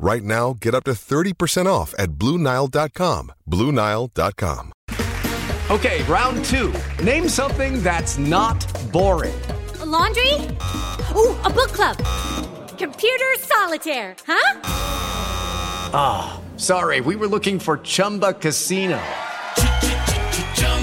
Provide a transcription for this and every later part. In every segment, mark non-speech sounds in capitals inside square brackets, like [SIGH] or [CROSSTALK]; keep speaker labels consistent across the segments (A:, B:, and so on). A: Right now, get up to 30% off at BlueNile.com. BlueNile.com.
B: Okay, round two. Name something that's not boring.
C: A laundry? Ooh, a book club. Computer solitaire, huh?
B: Sorry, we were looking for Chumba Casino.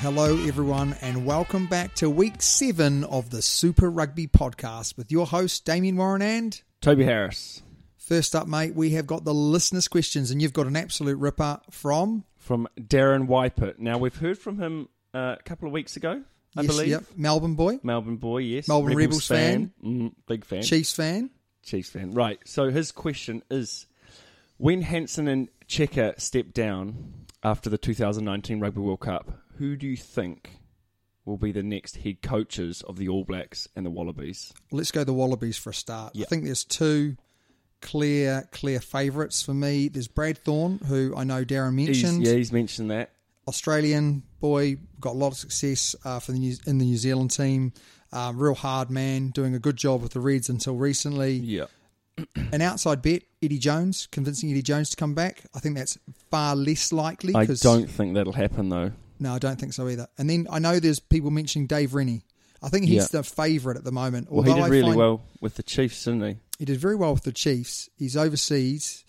D: Hello, everyone, and welcome back to week seven of the Super Rugby podcast with your host, Damien Warren. And
E: Toby Harris
D: first up, mate, we have got the listeners' questions, and you've got an absolute ripper from,
E: from Darren Wypert. Now we've heard from him uh, a couple of weeks ago, I
D: yes,
E: believe.
D: yep, Melbourne boy,
E: Melbourne boy, yes.
D: Melbourne Rebels
E: Mm, big fan.
D: Chiefs fan.
E: Chiefs fan. Right. So his question is when Hansen and Checker stepped down after the 2019 Rugby World Cup, who do you think will be the next head coaches of the All Blacks and the Wallabies?
D: Let's go the Wallabies for a start. I
E: Yeah.
D: think there's two clear, clear favourites for me. There's Brad Thorne, who I know Darren
E: He's-
D: mentioned.
E: yeah, he's mentioned that.
D: Australian boy, got a lot of success uh, for the New- in the New Zealand team. Uh, real hard man, doing a good job with the Reds until recently.
E: Yeah.
D: An outside bet, Eddie Jones, convincing Eddie Jones to come back. I think that's far less likely.
E: I
D: 'cause-
E: don't think that'll happen, though.
D: No, I don't think so either. And then I know there's people mentioning Dave Rennie. I think he's
E: Yeah.
D: the favourite at the moment.
E: Well, he
D: although
E: did
D: I
E: really
D: find-
E: well with the Chiefs, didn't he?
D: He did very well with the Chiefs. He's overseas.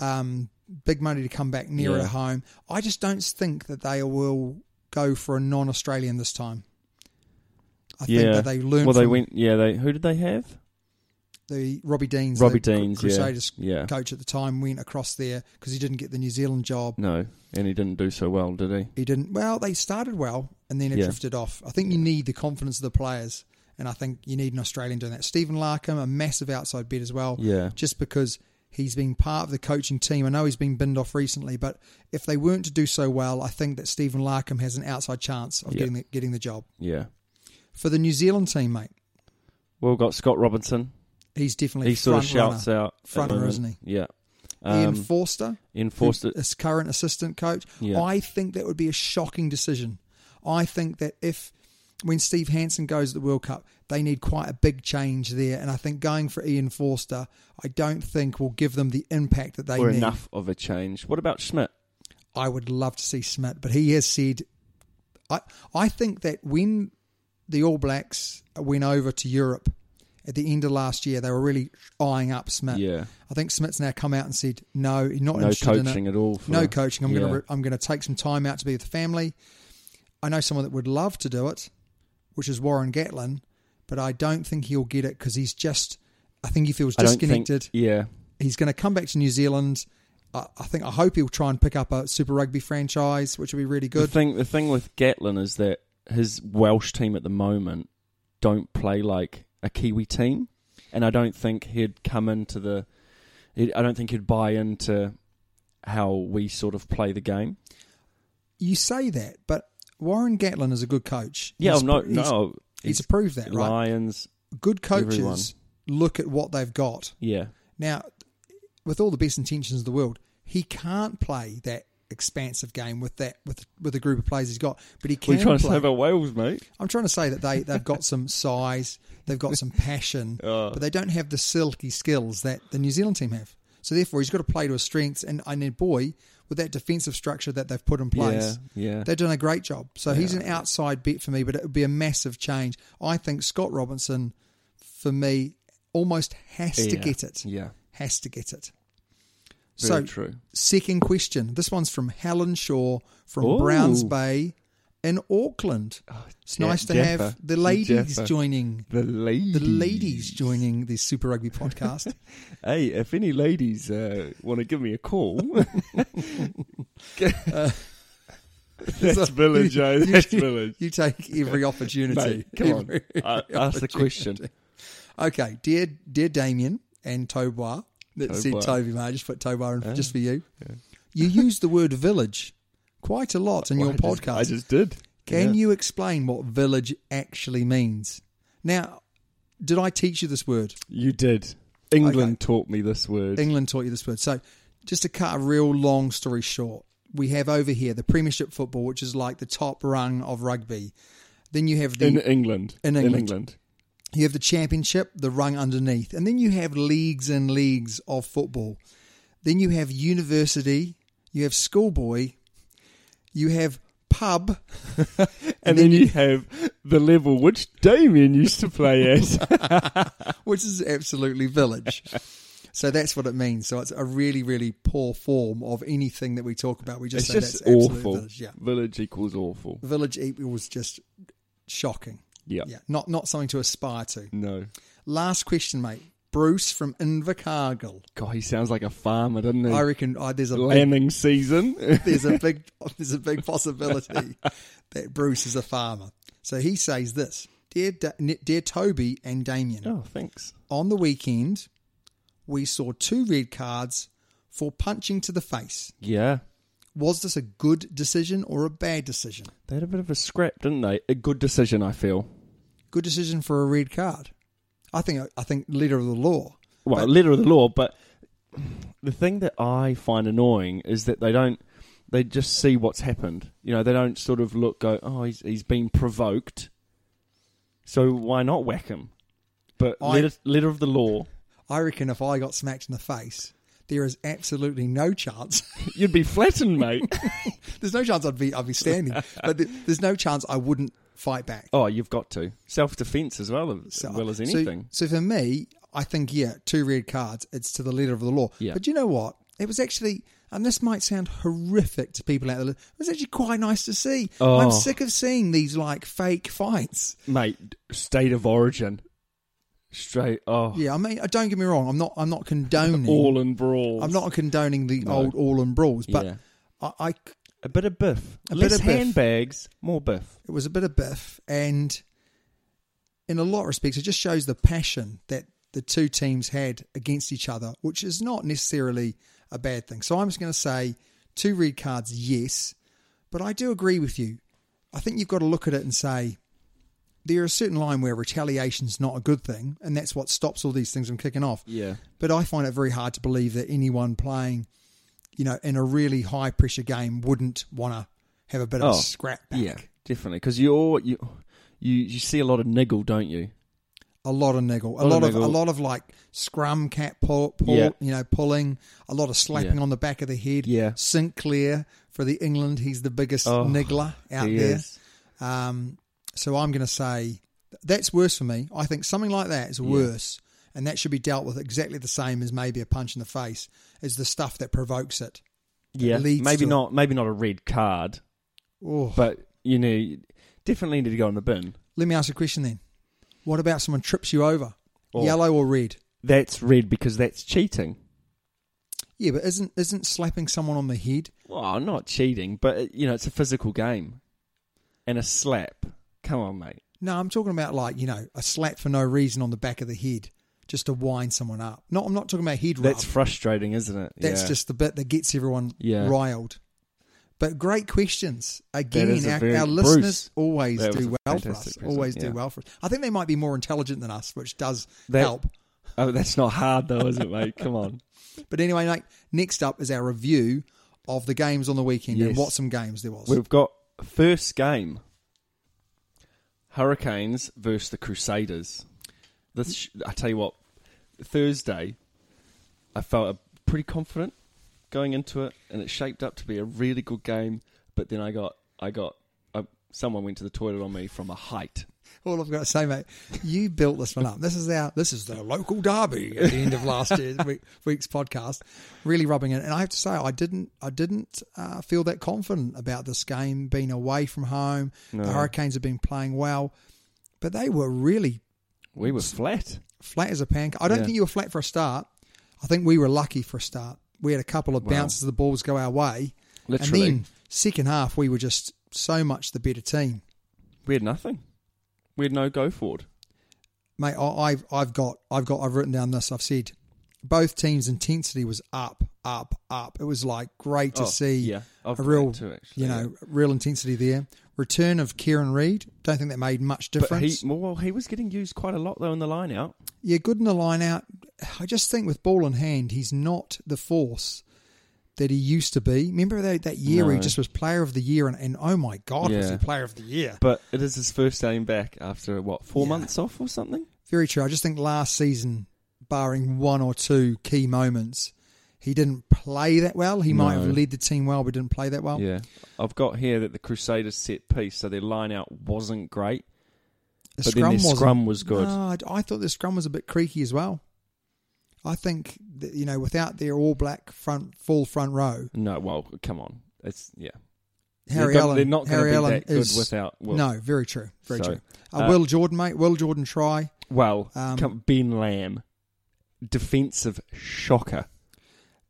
D: Um, big money to come back nearer
E: Yeah.
D: home. I just don't think that they will go for a non-Australian this time. I think
E: yeah.
D: that they learned
E: well, they
D: from
E: went. Yeah, they. Who did they have?
D: the Robbie Deans,
E: Robbie
D: the Cru-
E: Deans, yeah.
D: Crusaders
E: Yeah.
D: coach at the time, went across there because he didn't get the New Zealand job.
E: No, and he didn't do so well, did he?
D: He didn't. Well, they started well and then it
E: Yeah.
D: drifted off. I think you need the confidence of the players, and I think you need an Australian doing that. Stephen Larkham, a massive outside bet as well.
E: Yeah.
D: just because he's been part of the coaching team. I know he's been binned off recently, but if they weren't to do so well, I think that Stephen Larkham has an outside chance of
E: Yeah.
D: getting the, getting the job
E: Yeah.
D: for the New Zealand team, mate.
E: Well, we've got Scott Robinson.
D: He's definitely
E: He sort of
D: front
E: shouts
D: runner.
E: out. at the
D: front runner,
E: moment.
D: isn't
E: Yeah.
D: Ian
E: Um,
D: Forster,
E: Ian Forster.
D: who is current assistant coach.
E: Yeah.
D: I think that would be a shocking decision. I think that if when Steve Hansen goes to the World Cup, they need quite a big change there, and I think going for Ian Forster, I don't think will give them the impact that they
E: or
D: need.
E: enough of a change. What about Schmidt?
D: I would love to see Smith, but he has said, I I think that when the All Blacks went over to Europe at the end of last year, they were really eyeing up Smith.
E: Yeah.
D: I think Smith's now come out and said, no, he's not
E: No
D: interested in
E: coaching
D: it.
E: at all for-
D: no coaching. I'm
E: Yeah.
D: gonna I'm gonna take some time out to be with the family. I know someone that would love to do it, which is Warren Gatlin, but I don't think he'll get it because he's just. I think he feels
E: I don't think-
D: disconnected
E: yeah.
D: he's going to come back to New Zealand. I, I think I hope he'll try and pick up a Super Rugby franchise, which would be really
E: The
D: good.
E: thing, the thing with Gatlin is that his Welsh team at the moment don't play like a Kiwi team, and I don't think he'd come into the. he'd- I don't think he'd buy into how we sort of play the game.
D: you say that, but Warren Gatlin is a good coach.
E: Yeah,
D: He's-
E: no,
D: he's-
E: no.
D: he's approved that, right?
E: Lions,
D: Good coaches
E: everyone.
D: look at what they've got.
E: yeah,
D: Now, with all the best intentions of the world, he can't play that expansive game with that with with the group of players he's got. But he can
E: We're trying to
D: play.
E: save our whales, mate.
D: I'm trying to say that they they've got some size, they've got some
E: [LAUGHS]
D: passion,
E: Oh.
D: but they don't have the silky skills that the New Zealand team have. So therefore, he's got to play to his strengths. And I need boy with that defensive structure that they've put in place.
E: Yeah, yeah.
D: they've done a great job. So he's an outside bet for me, but it would be a massive change. I think Scott Robinson, for me, almost has to
E: Yeah.
D: get it.
E: Yeah.
D: has to get it.
E: Very
D: so
E: true.
D: Second question. This one's from Helen Shaw from
E: Ooh.
D: Browns Bay in Auckland. It's
E: Ja-
D: nice to
E: Jaffa.
D: have the ladies
E: Jaffa.
D: joining
E: The ladies.
D: the ladies joining the Super Rugby
E: [LAUGHS]
D: podcast.
E: Hey, if any ladies uh, want to give me
D: [LAUGHS]
E: a call, [LAUGHS]
D: Uh,
E: that's village, eh?
D: [LAUGHS]
E: That's village.
D: you take every opportunity.
E: Mate, come on,
D: Every-
E: uh, ask the question.
D: [LAUGHS] Okay, dear dear Damien and Tobar. That said
E: Tobar. Ah,
D: Toby Mar, just put Tobar in just for you. You use the word village quite a lot in your
E: I just-
D: podcast.
E: I just did.
D: Can
E: Yeah.
D: you explain what village actually means? Now, did I teach you this word?
E: You did. England
D: Okay.
E: taught me this word.
D: England taught you this word. So, just to cut a real long story short, we have over here the Premiership football, which is like the top rung of rugby. Then you have the
E: in England.
D: In England.
E: In England.
D: you have the championship, the rung underneath, and then you have leagues and leagues of football. Then you have university, you have schoolboy, you have pub,
E: [LAUGHS] And, then, you have the level which Damien used to play [LAUGHS] at.
D: which is absolutely
E: [LAUGHS]
D: village. so that's what it means. So it's a really, really poor form of anything that we talk about. We just
E: it's
D: say
E: just
D: that's absolute
E: awful.
D: village. Yeah,
E: Village equals awful.
D: village equal was just shocking.
E: Yeah.
D: Yeah, not not something to aspire to.
E: No.
D: Last question, mate. Bruce from Invercargill.
E: God, he sounds like a farmer, doesn't he?
D: I reckon oh, there's a big,
E: Lambing season.
D: there's a big [LAUGHS] there's a big possibility that Bruce is a farmer. So he says this, dear da- dear Toby and Damien.
E: [LAUGHS] oh, thanks.
D: on the weekend, we saw two red cards for punching to the face.
E: Yeah.
D: Was this a good decision or a bad decision?
E: They had a bit of a scrap, didn't they? A good decision, I feel.
D: Good decision for a red card. I think. I think leader of the law.
E: well, letter of the law, but the thing that I find annoying is that they don't they just see what's happened. You know, they don't sort of look go, "Oh, he's he's been provoked." So why not whack him? But
D: I-
E: letter, letter of the law,
D: I reckon if I got smacked in the face, there is absolutely no chance. [LAUGHS]
E: you'd be flattened, mate. [LAUGHS]
D: there's no chance I'd be. I'd be standing, but th- there's no chance I wouldn't fight back.
E: oh, you've got to self defense as well as
D: So-
E: well as anything.
D: So, so for me, I think yeah, two red cards. It's to the letter of the law.
E: Yeah.
D: But you know what? It was actually, and this might sound horrific to people out there. It was actually quite nice to see.
E: Oh.
D: I'm sick of seeing these like fake fights.
E: mate, state of origin, straight. Oh,
D: Yeah, I mean, uh, don't get me wrong. I'm not. I'm not condoning.
E: [LAUGHS] all in brawls.
D: I'm not condoning the old all and brawls, but
E: Yeah.
D: I, I, it
E: a bit of biff,
D: A bit
E: less
D: of biff.
E: handbags, more biff.
D: was a bit of biff, and in a lot of respects, it just shows the passion that the two teams had against each other, which is not necessarily a bad thing. So I'm just going to say two red cards, yes, but I do agree with you. I think you've got to look at it and say there are a certain line where retaliation's not a good thing, and that's what stops all these things from kicking off.
E: Yeah.
D: But I find it very hard to believe that anyone playing, you know, in a really high pressure game wouldn't want to have a bit of a scrap back.
E: Oh, Yeah, definitely. Because you're you, you you see a lot of niggle, don't you?
D: a lot of niggle, a
E: Lot of
D: lot of, a
E: niggle.
D: lot of like scrum cat pull, pull
E: Yeah.
D: you know, pulling, a lot of slapping
E: Yeah.
D: on the back of the head.
E: Yeah.
D: Sinclair for the England, he's the biggest
E: Oh,
D: niggler out
E: he
D: there.
E: is.
D: Um, so I'm going to say that's worse for me. I think something like that is worse, and that should be dealt with exactly the same as maybe a punch in the face. Is the stuff that provokes it?
E: Yeah,
D: leads
E: maybe
D: to-
E: not. Maybe not a red card,
D: Oh,
E: but you know, you definitely need to go in the bin.
D: let me ask you a question then. What about someone trips you over,
E: Oh.
D: yellow or red?
E: That's red because that's cheating.
D: Yeah, but isn't isn't slapping someone on the head
E: Well, not cheating, but uh, you know, it's a physical game, and a slap. Come on, mate.
D: No, I'm talking about like you know a slap for no reason on the back of the head, just to wind someone up. No, I'm not talking about head
E: That's
D: rub.
E: frustrating, isn't it?
D: That's
E: Yeah.
D: just the bit that gets everyone
E: Yeah.
D: riled. But great questions again.
E: is a
D: Our,
E: very-
D: our
E: Bruce,
D: listeners always
E: that was a
D: do well for us.
E: fantastic question,
D: Always
E: yeah.
D: do well for us. I think they might be more intelligent than us, which does
E: That-
D: help.
E: Oh, that's not hard though, is it, mate? Come on.
D: But anyway, mate. Next up is our review of the games on the weekend and
E: Yes.
D: what some games there was.
E: We've got first game Hurricanes versus the Crusaders. This sh- I tell you what, Thursday I felt uh, pretty confident going into it and it shaped up to be a really good game, but then I got I got uh, someone went to the toilet on me from a height.
D: All I've got to say, mate, you built this one up. This is our this is the local derby at the end of last
E: [LAUGHS]
D: year's week, week's podcast. Really rubbing it, and I have to say, I didn't I didn't uh, feel that confident about this game being away from home. The Hurricanes have been playing well, but they were really
E: We were flat.
D: flat as a pancake. I don't
E: Yeah.
D: think you were flat for a start. I think we were lucky for a start. We had a couple of bounces the balls go our way,
E: Literally.
D: and then second half we were just so much the better team.
E: We had nothing. We had no go forward.
D: mate, I, I've I've got I've got I've written down this. I've said both teams' intensity was up, up, up. It was like great to
E: Oh,
D: see
E: yeah. I've
D: a
E: got
D: real,
E: that too, actually,
D: you know, real intensity there. Return of Kieran Reid. Don't think that made much
E: But
D: difference.
E: he well he was getting used quite a lot though in the line out.
D: yeah, good in the line out. I just think with ball in hand, he's not the force that he used to be. Remember that that year where he
E: No.
D: just was player of the year, and, and oh my god, was he
E: Yeah.
D: player of the year?
E: But it is his first game back after what four months off or something.
D: Very true. I just think last season, barring one or two key moments, he didn't play that well. He might have
E: No.
D: led the team well, but didn't play that well.
E: Yeah, I've got here that the Crusaders set piece, so their line out wasn't great.
D: The
E: But then their
D: wasn't-
E: scrum was good.
D: No, I, I thought the scrum was a bit creaky as well. I think that, you know without their all black front full front row,
E: No, well, come on, it's yeah.
D: Harry
E: they're, gonna-
D: Allen.
E: they're not going to
D: Harry
E: be
D: Allen
E: that good
D: is-
E: without. Well,
D: No, very true. Very
E: So,
D: true. Uh,
E: uh,
D: Will Jordan, mate. Will Jordan try.
E: well,
D: Um,
E: come, Ben Lamb, defensive shocker,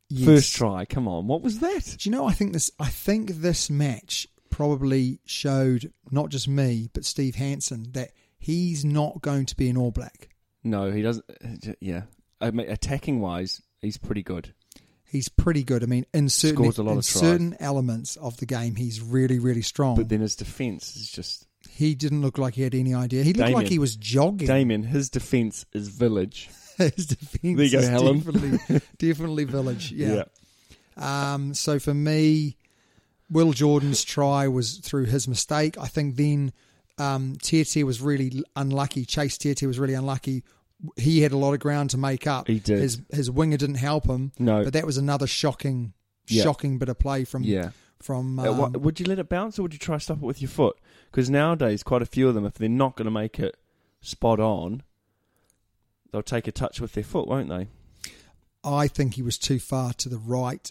D: Yes.
E: first try. Come on, what was that?
D: Do you know? I think this. I think this match probably showed not just me but Steve Hansen that he's not going to be an All Black.
E: No, he doesn't. uh, Yeah, I mean, attacking wise, he's pretty good.
D: He's pretty good. I mean, in certain
E: Scores a lot
D: in
E: of tries.
D: certain elements of the game, he's really really strong.
E: But then his defense is just
D: he didn't look like he had any idea. He looked
E: Damien.
D: like he was jogging.
E: Damien. His defense is village.
D: [LAUGHS] His defense
E: There you go,
D: is
E: Helen. [LAUGHS]
D: Definitely, definitely village. Yeah. Um. So for me, Will Jordan's try was through his mistake. I think then um, Tieter was really unlucky. Chase Tieter was really unlucky. He had a lot of ground to make up.
E: He did.
D: His his winger didn't help him.
E: No.
D: but that um, was another shocking,
E: Yeah.
D: shocking bit of play from
E: Yeah.
D: from
E: Uh,
D: um,
E: what, would you let it bounce or would you try to stop it with your foot? Because nowadays, quite a few of them, if they're not going to make it spot on, they'll take a touch with their foot, won't they?
D: I think he was too far to the right.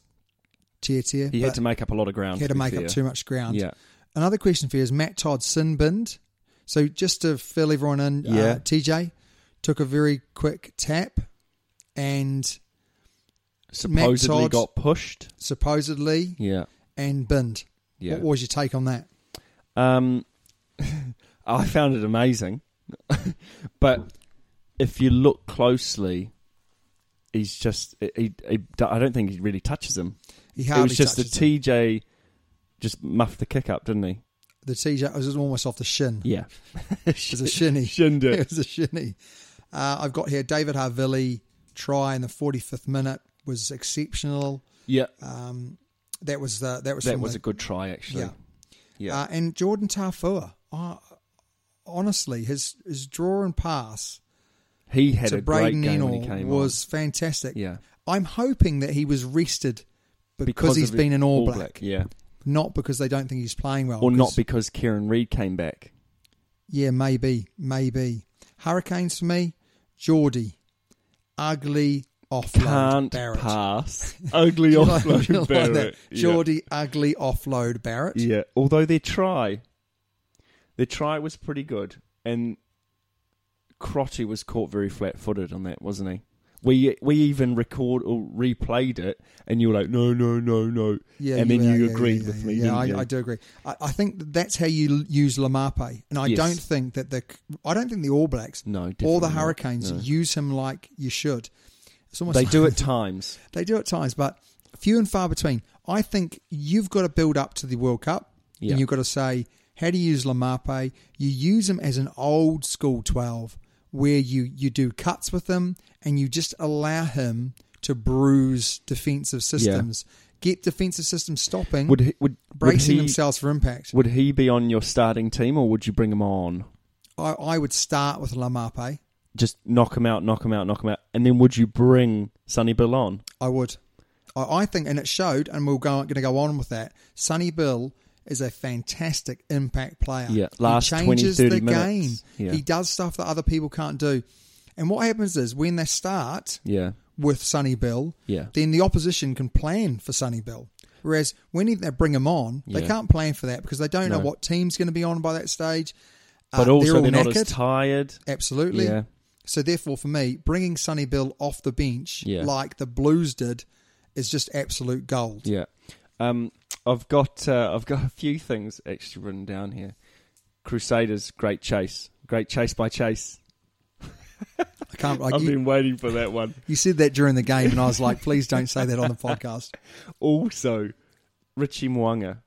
D: Tieter.
E: He had
D: but
E: to make up a lot of ground.
D: he had to
E: to be
D: make
E: fair.
D: up too much ground.
E: Yeah.
D: Another question for you is Matt Todd Sinbind. So just to fill everyone in, uh,
E: Yeah.
D: TJ took a very quick tap and
E: Supposedly
D: Todd-
E: got pushed.
D: supposedly
E: Yeah.
D: and binned.
E: Yeah.
D: What was your take on that?
E: Um, [LAUGHS] I found it amazing, [LAUGHS] but if you look closely, he's just he, he, I don't think he really touches him.
D: He
E: It
D: hardly
E: was just the
D: touches him.
E: TJ just muffed the kick up, didn't he?
D: The TJ it was almost off the shin.
E: [LAUGHS] Yeah.
D: It was a
E: [LAUGHS]
D: shinny. [LAUGHS]
E: Shinned it.
D: It was a shinny. Uh, I've got here David Harvilli try in the 45th minute was exceptional. Um,
E: Yeah,
D: That was the that was
E: that
D: from
E: was
D: the-
E: a good try actually.
D: Yeah. Uh, and Jordan Tarfua, uh, honestly, his his draw and pass
E: He had
D: to
E: a great
D: Braden
E: game when he
D: Enor
E: came
D: was fantastic.
E: Yeah.
D: I'm hoping that he was rested
E: on
D: because, he's
E: of
D: been
E: it-
D: an All, Black,
E: yeah,
D: not because they don't think he's playing well.
E: or not
D: 'cause-
E: because Kieran Reid came back.
D: Yeah, maybe, maybe. Hurricanes for me, Geordie, ugly offload.
E: Can't
D: Barrett.
E: pass. Ugly
D: [LAUGHS] You like-
E: offload
D: you [LAUGHS] like that?
E: Barrett. Yeah.
D: Geordie, ugly offload Barrett.
E: Yeah, although their try, their try was pretty good, and Crotty was caught very flat-footed on that, wasn't he? We we even record or replayed it, and you were like, no, no, no, no,
D: Yeah,
E: and then
D: were-
E: you
D: yeah,
E: agreed
D: yeah,
E: with
D: yeah,
E: me,
D: Yeah,
E: didn't
D: I,
E: you?
D: I do agree. I, I think that that's how you l- use Lamape, and I
E: Yes.
D: don't think that the I don't think the All Blacks,
E: No,
D: or the
E: definitely not.
D: Hurricanes
E: No.
D: use him like you should. It's almost [LAUGHS]
E: They
D: like-
E: do at times.
D: they do at times, but few and far between. I think you've got to build up to the World Cup,
E: Yeah.
D: and you've got to say how do you use Lamape. You use him as an old school twelve, where you you do cuts with him, and you just allow him to bruise defensive systems. get defensive systems stopping,
E: Would he, would
D: bracing
E: would he,
D: themselves for impact.
E: Would he be on your starting team, or would you bring him on?
D: I, I would start with Lamape.
E: Just knock him out, knock him out, knock him out, and then would you bring Sonny Bill on?
D: I would. I, I think, and it showed, and we're going, going to go on with that. Sonny Bill is a fantastic impact player.
E: Yeah, last 20, 30 minutes.
D: game.
E: Yeah.
D: He does stuff that other people can't do. And what happens is when they start
E: Yeah,
D: with Sonny Bill,
E: Yeah.
D: then the opposition can plan for Sonny Bill. Whereas when they bring him on, they
E: Yeah.
D: can't plan for that because they don't know
E: No.
D: what team's going to be on by that stage. Uh,
E: but also
D: all
E: they're, not
D: knackered.
E: as tired.
D: Absolutely.
E: Yeah.
D: So therefore, for me, bringing Sonny Bill off the bench
E: Yeah.
D: like the Blues did is just absolute gold.
E: Yeah, um, I've got uh, I've got a few things actually written down here. Crusaders, great chase, great chase by chase.
D: I can't. Like,
E: I've
D: you,
E: been waiting for
D: [LAUGHS]
E: that one.
D: you said that during the game, and I was like, please don't say that on the
E: [LAUGHS]
D: podcast.
E: Also, Richie Mwanga,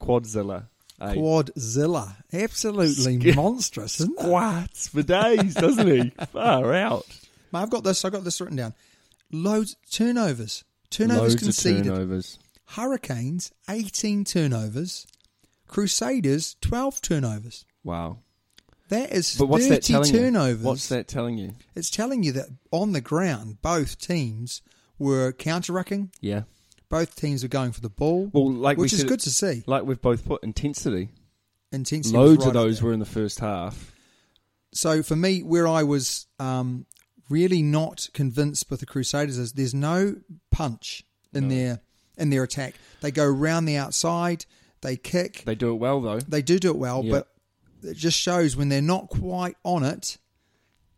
E: Quadzilla. eh?
D: Quadzilla, absolutely monstrous, isn't it?
E: Quads for days,
D: [LAUGHS]
E: doesn't he? Far out.
D: Mate, I've got this. I've got this written down. Loads turnovers. Turnovers
E: Loads
D: conceded.
E: of turnovers.
D: Hurricanes, 18 turnovers. Crusaders, 12 turnovers.
E: Wow.
D: That is
E: But what's
D: 30
E: that telling
D: turnovers.
E: you? What's that telling you?
D: It's telling you that on the ground, both teams were counter-rucking.
E: Yeah.
D: Both teams were going for the ball,
E: Well, like we
D: which is
E: said-
D: good to see.
E: Like we've both put intensity.
D: Intensity was
E: Loads
D: right
E: of
D: up
E: those
D: there.
E: were in the first half.
D: So for me, where I was um, really not convinced with the Crusaders is there's no punch in their in their attack. They go round the outside, they kick,
E: They do it well though.
D: they do do it well,
E: Yeah.
D: but it just shows when they're not quite on it,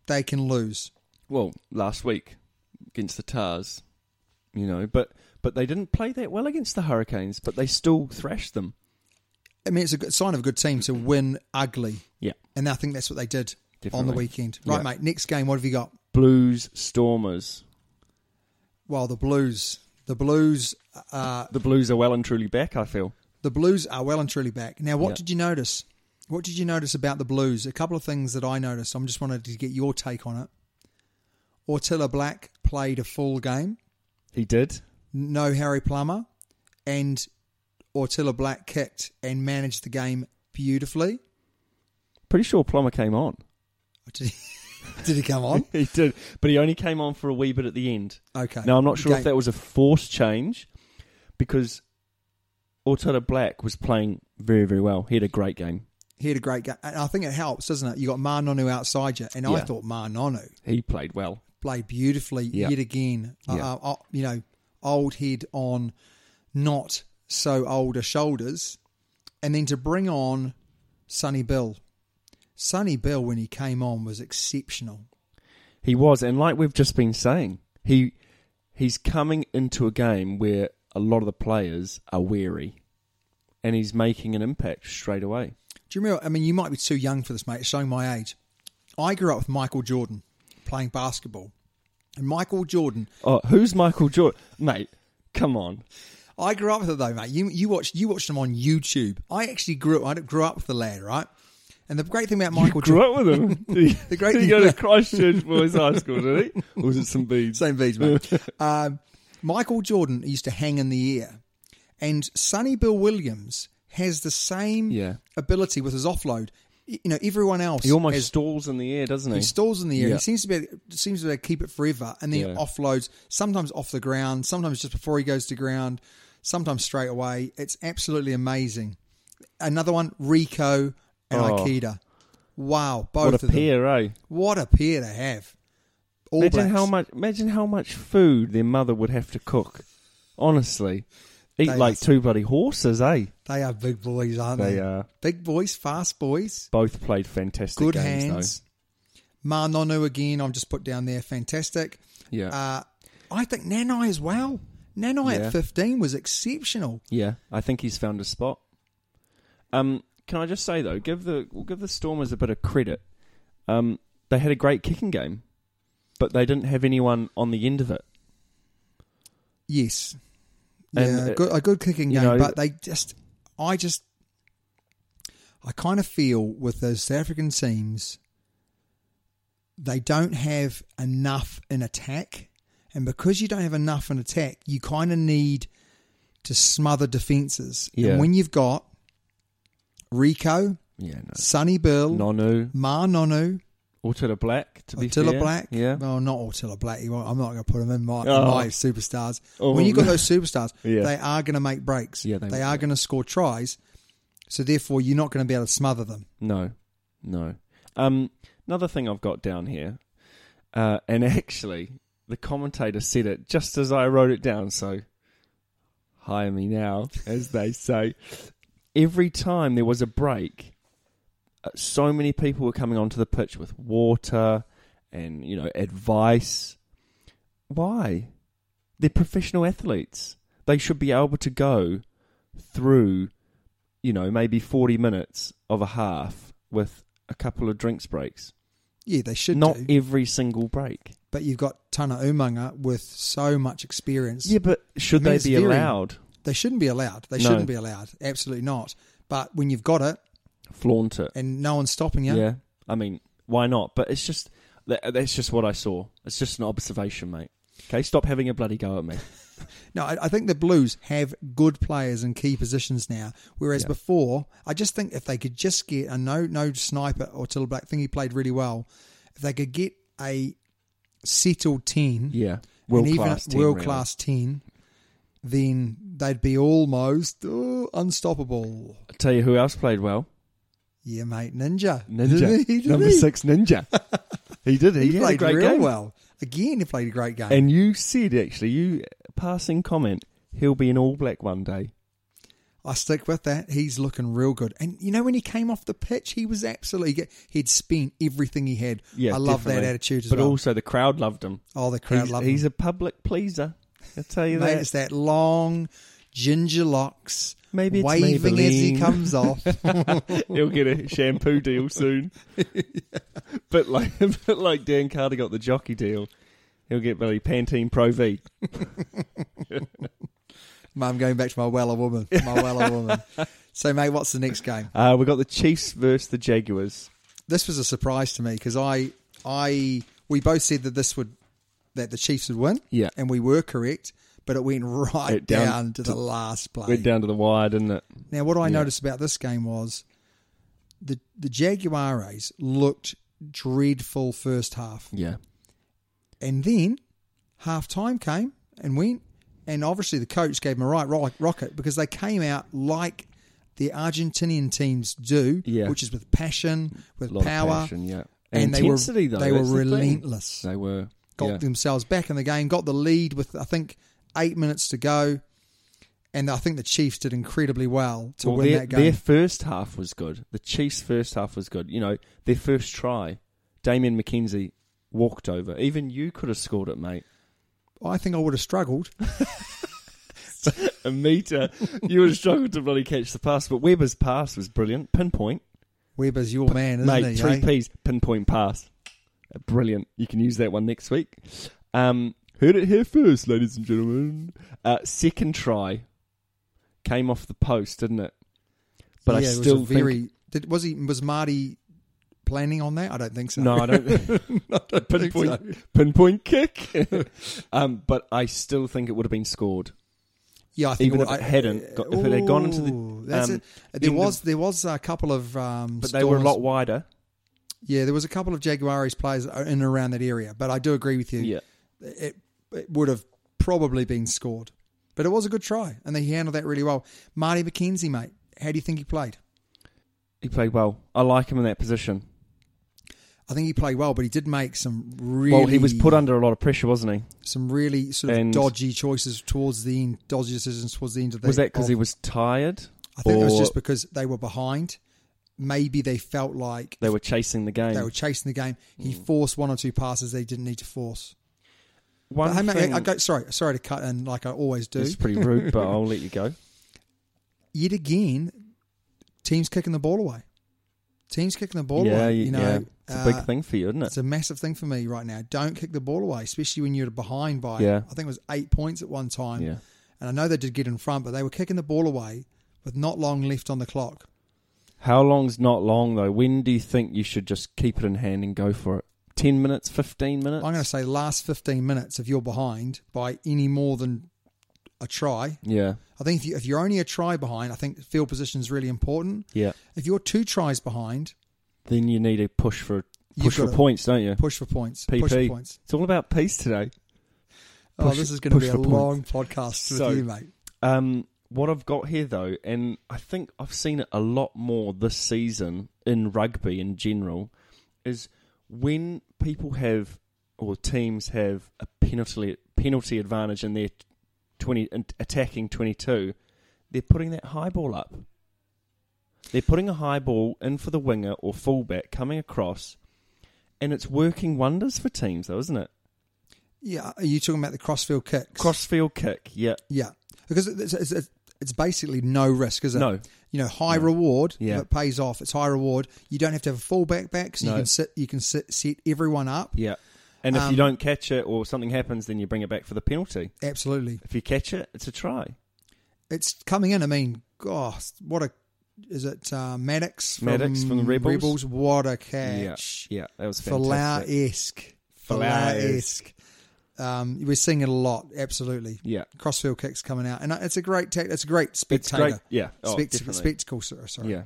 D: they can lose.
E: Well, last week against the Tars, you know, but but they didn't play that well against the Hurricanes, but they still thrashed them.
D: I mean, it's a good sign of a good team to win ugly,
E: Yeah.
D: and I think that's what they did on the
E: Definitely.
D: weekend. Right,
E: Yeah.
D: mate. Next game, what have you got?
E: Blues Stormers.
D: Well, the Blues. The Blues. Uh,
E: The Blues are well and truly back. I feel.
D: the Blues are well and truly back. Now, what
E: Yeah.
D: did you notice? What did you notice about the Blues? A couple of things that I noticed. I'm just wanted to get your take on it. Ortilla Black played a full game.
E: He did.
D: no Harry Plummer, and Ortilla Black kicked and managed the game beautifully. [LAUGHS]
E: Pretty sure Plummer came on.
D: Did he, did he come
E: [LAUGHS]
D: on?
E: He did, but he only came on for a wee bit at the end.
D: Okay.
E: Now I'm not sure
D: Okay.
E: if that was a forced change, because Ortada Black was playing very, very well. He had a great game.
D: He had a great game. And I think it helps, doesn't it? You got Ma Nonu outside you, and I
E: Yeah.
D: thought Ma Nonu
E: He played well.
D: played beautifully
E: Yeah.
D: yet again.
E: Yeah.
D: Uh, uh, you know, old head on not so older shoulders. And then to bring on Sonny Bill. Sonny Bill, when he came on, was exceptional.
E: He was, and like we've just been saying, he he's coming into a game where a lot of the players are weary, and he's making an impact straight away.
D: Do you remember? I mean, you might be too young for this, mate. It's showing my age. I grew up with Michael Jordan playing basketball. And Michael Jordan,
E: Oh, who's Michael Jordan, mate? Come on,
D: I grew up with it though, mate. You you watched you watched him on YouTube. I actually grew I grew up with the lad, right? And the great thing about Michael
E: you grew
D: Jordan,
E: up with him. [LAUGHS] Did he,
D: The great
E: did he
D: thing
E: go to
D: about-
E: Christchurch Boys High School? Did he? Or was it some
D: [LAUGHS]
E: beads?
D: same beats, mate. um, Michael Jordan used to hang in the air, and Sonny Bill Williams has the same
E: Yeah.
D: ability with his offload. Y- You know, everyone else
E: He almost
D: has
E: stalls in the air, doesn't he?
D: He stalls in the air.
E: Yeah.
D: He seems to be seems to be able to keep it forever, and then
E: Yeah.
D: offloads sometimes off the ground, sometimes just before he goes to ground, sometimes straight away. It's absolutely amazing. Another one, Rico and
E: Oh.
D: Aikida. Wow, both
E: What a
D: of them.
E: pair, eh?
D: What a pair to have. All
E: Imagine
D: Blacks.
E: how much. Imagine how much food their mother would have to cook. Honestly, eat
D: They
E: like
D: are-
E: two bloody horses, eh?
D: they are big boys, aren't they?
E: They are.
D: Big boys, fast boys,
E: Both played fantastic
D: good
E: games,
D: hands. Ma Nonu again. I've just put down there. Fantastic.
E: though. Yeah,
D: Uh, I think Nanai as well. Nanai
E: Yeah.
D: at fifteen was exceptional.
E: yeah. I think he's found a spot. Um, can I just say though, give the we'll give the Stormers a bit of credit. Um, they had a great kicking game, but they didn't have anyone on the end of it.
D: Yes.
E: And,
D: yeah,
E: uh,
D: good, a good kicking
E: you
D: game,
E: know-
D: but they just, I just, I kind of feel with those South African teams, they don't have enough in attack, and because you don't have enough in attack, you kind of need to smother defences.
E: Yeah.
D: And when you've got Rico,
E: Yeah, no.
D: Sonny Bill,
E: Uh, Nonu,
D: Ma Nonu,
E: Otila Black, to be
D: Attila
E: fair.
D: Black.
E: Yeah.
D: Well, not Attila Black. You won't- I'm not going to put him in my,
E: Oh.
D: my superstars.
E: Oh,
D: when you've got
E: no.
D: those superstars,
E: [LAUGHS] Yeah.
D: they are going to make breaks.
E: Yeah, they will,
D: are
E: yeah.
D: going to score tries. So therefore, you're not going to be able to smother them.
E: No, no. Um, another thing I've got down here, uh, [LAUGHS] and actually, the commentator said it just as I wrote it down, so hire me now, [LAUGHS] as they say. Every time there was a break, uh, so many people were coming onto the pitch with water and, you know, advice. Why? They're professional athletes. They should be able to go through you know, maybe 40 minutes of a half with a couple of drinks breaks.
D: Yeah, they should
E: Not
D: do.
E: every single break.
D: but you've got Tana Umanga with so much experience.
E: Yeah, but should
D: I mean,
E: they
D: it's
E: be
D: very-
E: allowed?
D: They shouldn't be allowed. They
E: No.
D: shouldn't be allowed. Absolutely not. But when you've got it
E: Flaunt it.
D: and no one's stopping you,
E: Yeah. I mean, why not? But it's just, that, that's just what I saw. It's just an observation, mate. Okay, stop having a bloody go
D: [LAUGHS]
E: at me.
D: No, I, I think the Blues have good players in key positions now, whereas before, I just think if they could just get a no no sniper or Till Black thing, he played really well. If they could get a settled ten,
E: Yeah.
D: and
E: World
D: even
E: class. team,
D: world
E: really.
D: class ten, then they'd be almost oh, unstoppable.
E: I tell you who else played well?
D: Yeah, mate, Ninja,
E: Ninja.
D: [LAUGHS] He did
E: Number
D: he?
E: six, Ninja.
D: [LAUGHS]
E: he did. He,
D: He
E: had a
D: played
E: great
D: real
E: game.
D: well. Again, he played a great game.
E: And you said, actually, you passing comment, he'll be an all black one day.
D: I stick with that. He's looking real good. And you know when he came off the pitch, he was absolutely he'd spent everything he had.
E: Yeah,
D: I love
E: definitely.
D: that attitude as
E: but
D: well.
E: also the crowd loved him.
D: oh, the crowd
E: he's,
D: love
E: he's
D: him.
E: a public pleaser. I tell you
D: Mate,
E: that.
D: it's that long ginger locks,
E: Maybe it's
D: waving as he
E: Maybelline.
D: comes
E: [LAUGHS]
D: off.
E: He'll get a shampoo
D: [LAUGHS]
E: deal soon. [LAUGHS] But like, [LAUGHS] but like Dan Carter got the jockey deal. He'll get bloody Pantene Pro V.
D: Mate, I'm going back to my Weller woman, my Weller
E: [LAUGHS]
D: woman. So, mate, what's the next game?
E: Uh, we got the Chiefs versus the Jaguars.
D: This was a surprise to me because I, I, we both said that this would, that the Chiefs would win.
E: Yeah.
D: and we were correct, but it went [LAUGHS] right
E: It
D: down,
E: down
D: to,
E: to-
D: the last play.
E: Went down to the wire, didn't it?
D: Now, what I noticed about this game was the the Jaguares looked dreadful first half,
E: Yeah.
D: and then half time came and went, and obviously the coach gave them a right ro- rocket because they came out like the Argentinian teams do,
E: Yeah.
D: which is with passion, with
E: A lot
D: power,
E: of passion, yeah.
D: and they were
E: Intensity, though.
D: they were
E: that's the thing.
D: relentless.
E: They were.
D: Got
E: yeah.
D: themselves back in the game, got the lead with I think eight minutes to go. And I think the Chiefs did incredibly well to
E: Well,
D: win
E: their,
D: that game.
E: their first half was good. The Chiefs' first half was good. You know, their first try, Damien McKenzie walked over. Even you could have scored it, mate.
D: I think I would have struggled.
E: a meter, you would have struggled to bloody catch the pass. But Weber's pass was brilliant. Pinpoint.
D: Weber's your man, isn't
E: Mate,
D: he?
E: three
D: eh?
E: P's, pinpoint pass. Uh, Brilliant. You can use that one next week. Um, heard it here first, ladies and gentlemen. Uh, second try came off the post, didn't it? But
D: Yeah,
E: I
D: it was a
E: still
D: very.
E: think
D: Did, was he? Was Marty planning on that? I don't think so.
E: no,
D: [LAUGHS]
E: I [LAUGHS] don't. pinpoint, pinpoint kick.
D: [LAUGHS]
E: um, but I still think it would have been scored. [LAUGHS]
D: yeah, I think
E: even
D: it
E: if
D: would-
E: it hadn't, got, if it had gone into the,
D: Ooh, that's
E: um,
D: it. There
E: end
D: was
E: of-
D: there was a couple of, um,
E: but they were a
D: storms-
E: lot wider.
D: Yeah, there was a couple of Jaguares players in and around that area. But I do agree with you. it, it would have probably been scored. But it was a good try, and he handled that really well. Marty McKenzie, mate, how do you think he played?
E: he played well. I like him in that position.
D: I think he played well, but he did make some really
E: Well, he was put under a lot of pressure, wasn't he?
D: some really sort of
E: And-
D: dodgy choices towards the end, dodgy decisions towards the end of the.
E: was that because he
D: of-
E: was tired?
D: I think it was
E: or
D: just because they were behind. Maybe they felt like
E: they were Hmm. chasing the game.
D: they were chasing the game. He forced one or two passes they didn't need to force.
E: One
D: But, hey, mate,
E: thing,
D: I, I go, sorry, sorry to cut in like I always do.
E: it's pretty rude, but I'll let you go.
D: Yet again, teams kicking the ball away. Teams kicking the [LAUGHS] ball
E: yeah,
D: away.
E: you
D: You know,
E: yeah, it's a big
D: uh,
E: thing for you, isn't it?
D: It's a massive thing for me right now. Don't kick the ball away, especially when you're behind by.
E: Yeah.
D: I think it was eight points at one time.
E: yeah,
D: And I know they did get in front, but they were kicking the ball away with not long left on the clock.
E: how long's not long though? When do you think you should just keep it in hand and go for it? Ten minutes, fifteen minutes.
D: I'm going to say last 15 minutes if you're behind by any more than a try.
E: Yeah.
D: I think if, you, if you're only a try behind, I think field position is really important.
E: Yeah.
D: If you're two tries behind,
E: Then you need a push for
D: You've
E: push for
D: gotta-
E: points, don't you?
D: push for points.
E: PP.
D: Push for points.
E: It's all about peace today.
D: oh,
E: Push-
D: this is going to
E: push
D: be a
E: for points.
D: long podcast with
E: So-
D: you, mate.
E: Um, what I've got here though, and I think I've seen it a lot more this season in rugby in general, is when people have or teams have a penalty penalty advantage in their twenty in attacking twenty two, they're putting that high ball up. They're putting a high ball in for the winger or fullback coming across, and it's working wonders for teams though, isn't it?
D: Yeah, are you talking about the crossfield kicks?
E: Crossfield kick, yeah,
D: Yeah, because it's, it's, it's- it's basically no risk, is it?
E: No.
D: You know, high reward.
E: Yeah.
D: If it pays off, it's high reward. You don't have to have a fullback back, so you
E: No.
D: can sit, you can sit, set everyone up.
E: Yeah. And if
D: Um,
E: you don't catch it or something happens, then you bring it back for the penalty.
D: Absolutely,
E: If you catch it, it's a try.
D: it's coming in. I mean, gosh, what a is it uh, Maddox? From
E: Maddox from the Rebels?
D: What a catch!
E: Yeah, yeah, that was
D: Falau
E: fantastic.
D: esque. Falau-esque. Um, we're seeing it a lot. Absolutely.
E: Yeah.
D: Crossfield kicks coming out, and it's a great tech. It's a great
E: It's
D: spectator.
E: great. Yeah. Oh,
D: Spect-
E: definitely.
D: spectacle. sir- Sorry.
E: Yeah.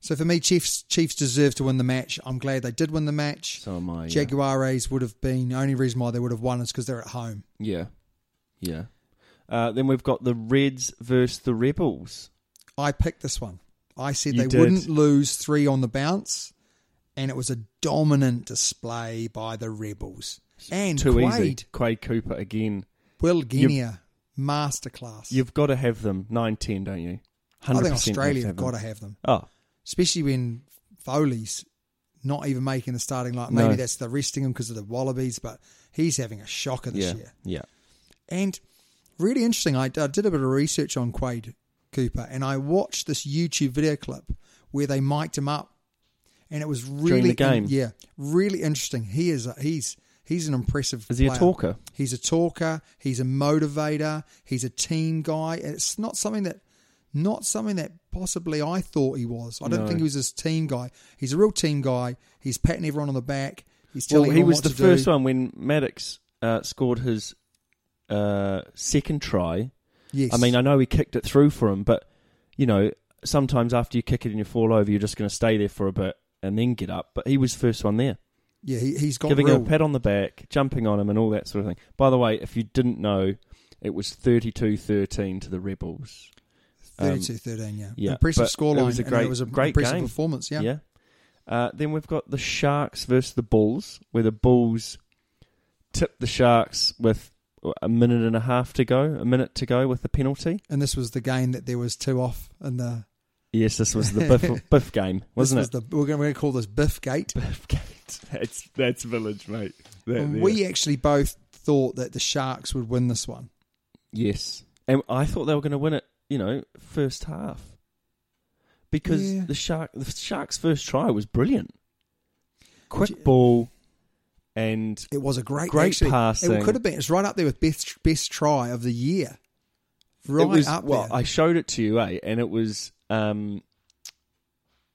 D: So for me, Chiefs Chiefs deserve to win the match. I'm glad they did win the match.
E: So am I. Yeah.
D: Jaguares would have been the only reason why they would have won is because they're at home.
E: yeah. Yeah. Uh, then we've got the Reds versus the Rebels.
D: I picked this one. I said
E: You
D: they
E: did.
D: wouldn't lose three on the bounce, and it was a dominant display by the Rebels. And
E: Too
D: Quade,
E: easy. Quade Cooper again.
D: Will Genia, masterclass.
E: You've got to have them 9 10, don't you? 100%
D: I think Australia have
E: have
D: got to
E: them.
D: have them,
E: Oh,
D: especially when Foley's not even making the starting line.
E: No.
D: Maybe that's the resting him because of the Wallabies, but he's having a shocker this
E: yeah.
D: year.
E: Yeah.
D: And really interesting, I, I did a bit of research on Quade Cooper and I watched this YouTube video clip where they mic'd him up. And it was really
E: the game.
D: yeah, really interesting. He is a, he's he's an impressive.
E: Is he a
D: player.
E: talker?
D: He's a talker. He's a motivator. He's a team guy. And It's not something that not something that possibly I thought he was. I don't
E: No.
D: think he was this team guy. He's a real team guy. He's patting everyone on the back. He's
E: Well,
D: telling.
E: he
D: everyone
E: was
D: what
E: the
D: to
E: first
D: do.
E: one when Maddox uh, scored his uh, second try.
D: Yes.
E: I mean, I know he kicked it through for him, but you know, sometimes after you kick it and you fall over, you're just going to stay there for a bit and then get up. But he was first one there,
D: yeah, he, he's got
E: giving
D: real.
E: him a pat on the back, jumping on him, and all that sort of thing. By the way, if you didn't know, it was 32-13 to the Rebels.
D: 32 13, yeah.
E: Um, yeah,
D: impressive
E: but
D: scoreline.
E: it was a
D: and
E: great-
D: it was a
E: great
D: impressive
E: game.
D: performance, yeah.
E: yeah. Uh, then we've got the Sharks versus the Bulls, where the Bulls tipped the Sharks with a minute and a half to go, a minute to go with the penalty.
D: And this was the game that there was two off in the
E: Yes, this was the [LAUGHS] Biff, Biff game, wasn't
D: this
E: it?
D: was the we're going to call this Biff Gate.
E: [LAUGHS] Biff Gate. That's that's village, mate. That
D: and
E: there.
D: we actually both thought that the Sharks would win this one.
E: yes, and I thought they were going to win it. You know, first half because
D: Yeah.
E: the shark the sharks' first try was brilliant, quick
D: Do you-
E: ball, and
D: It was a great
E: Great
D: actually,
E: passing.
D: It could have been it's right up there with best best try of the year. Right
E: it was
D: up
E: well.
D: there.
E: I showed it to you, eh? And it was um,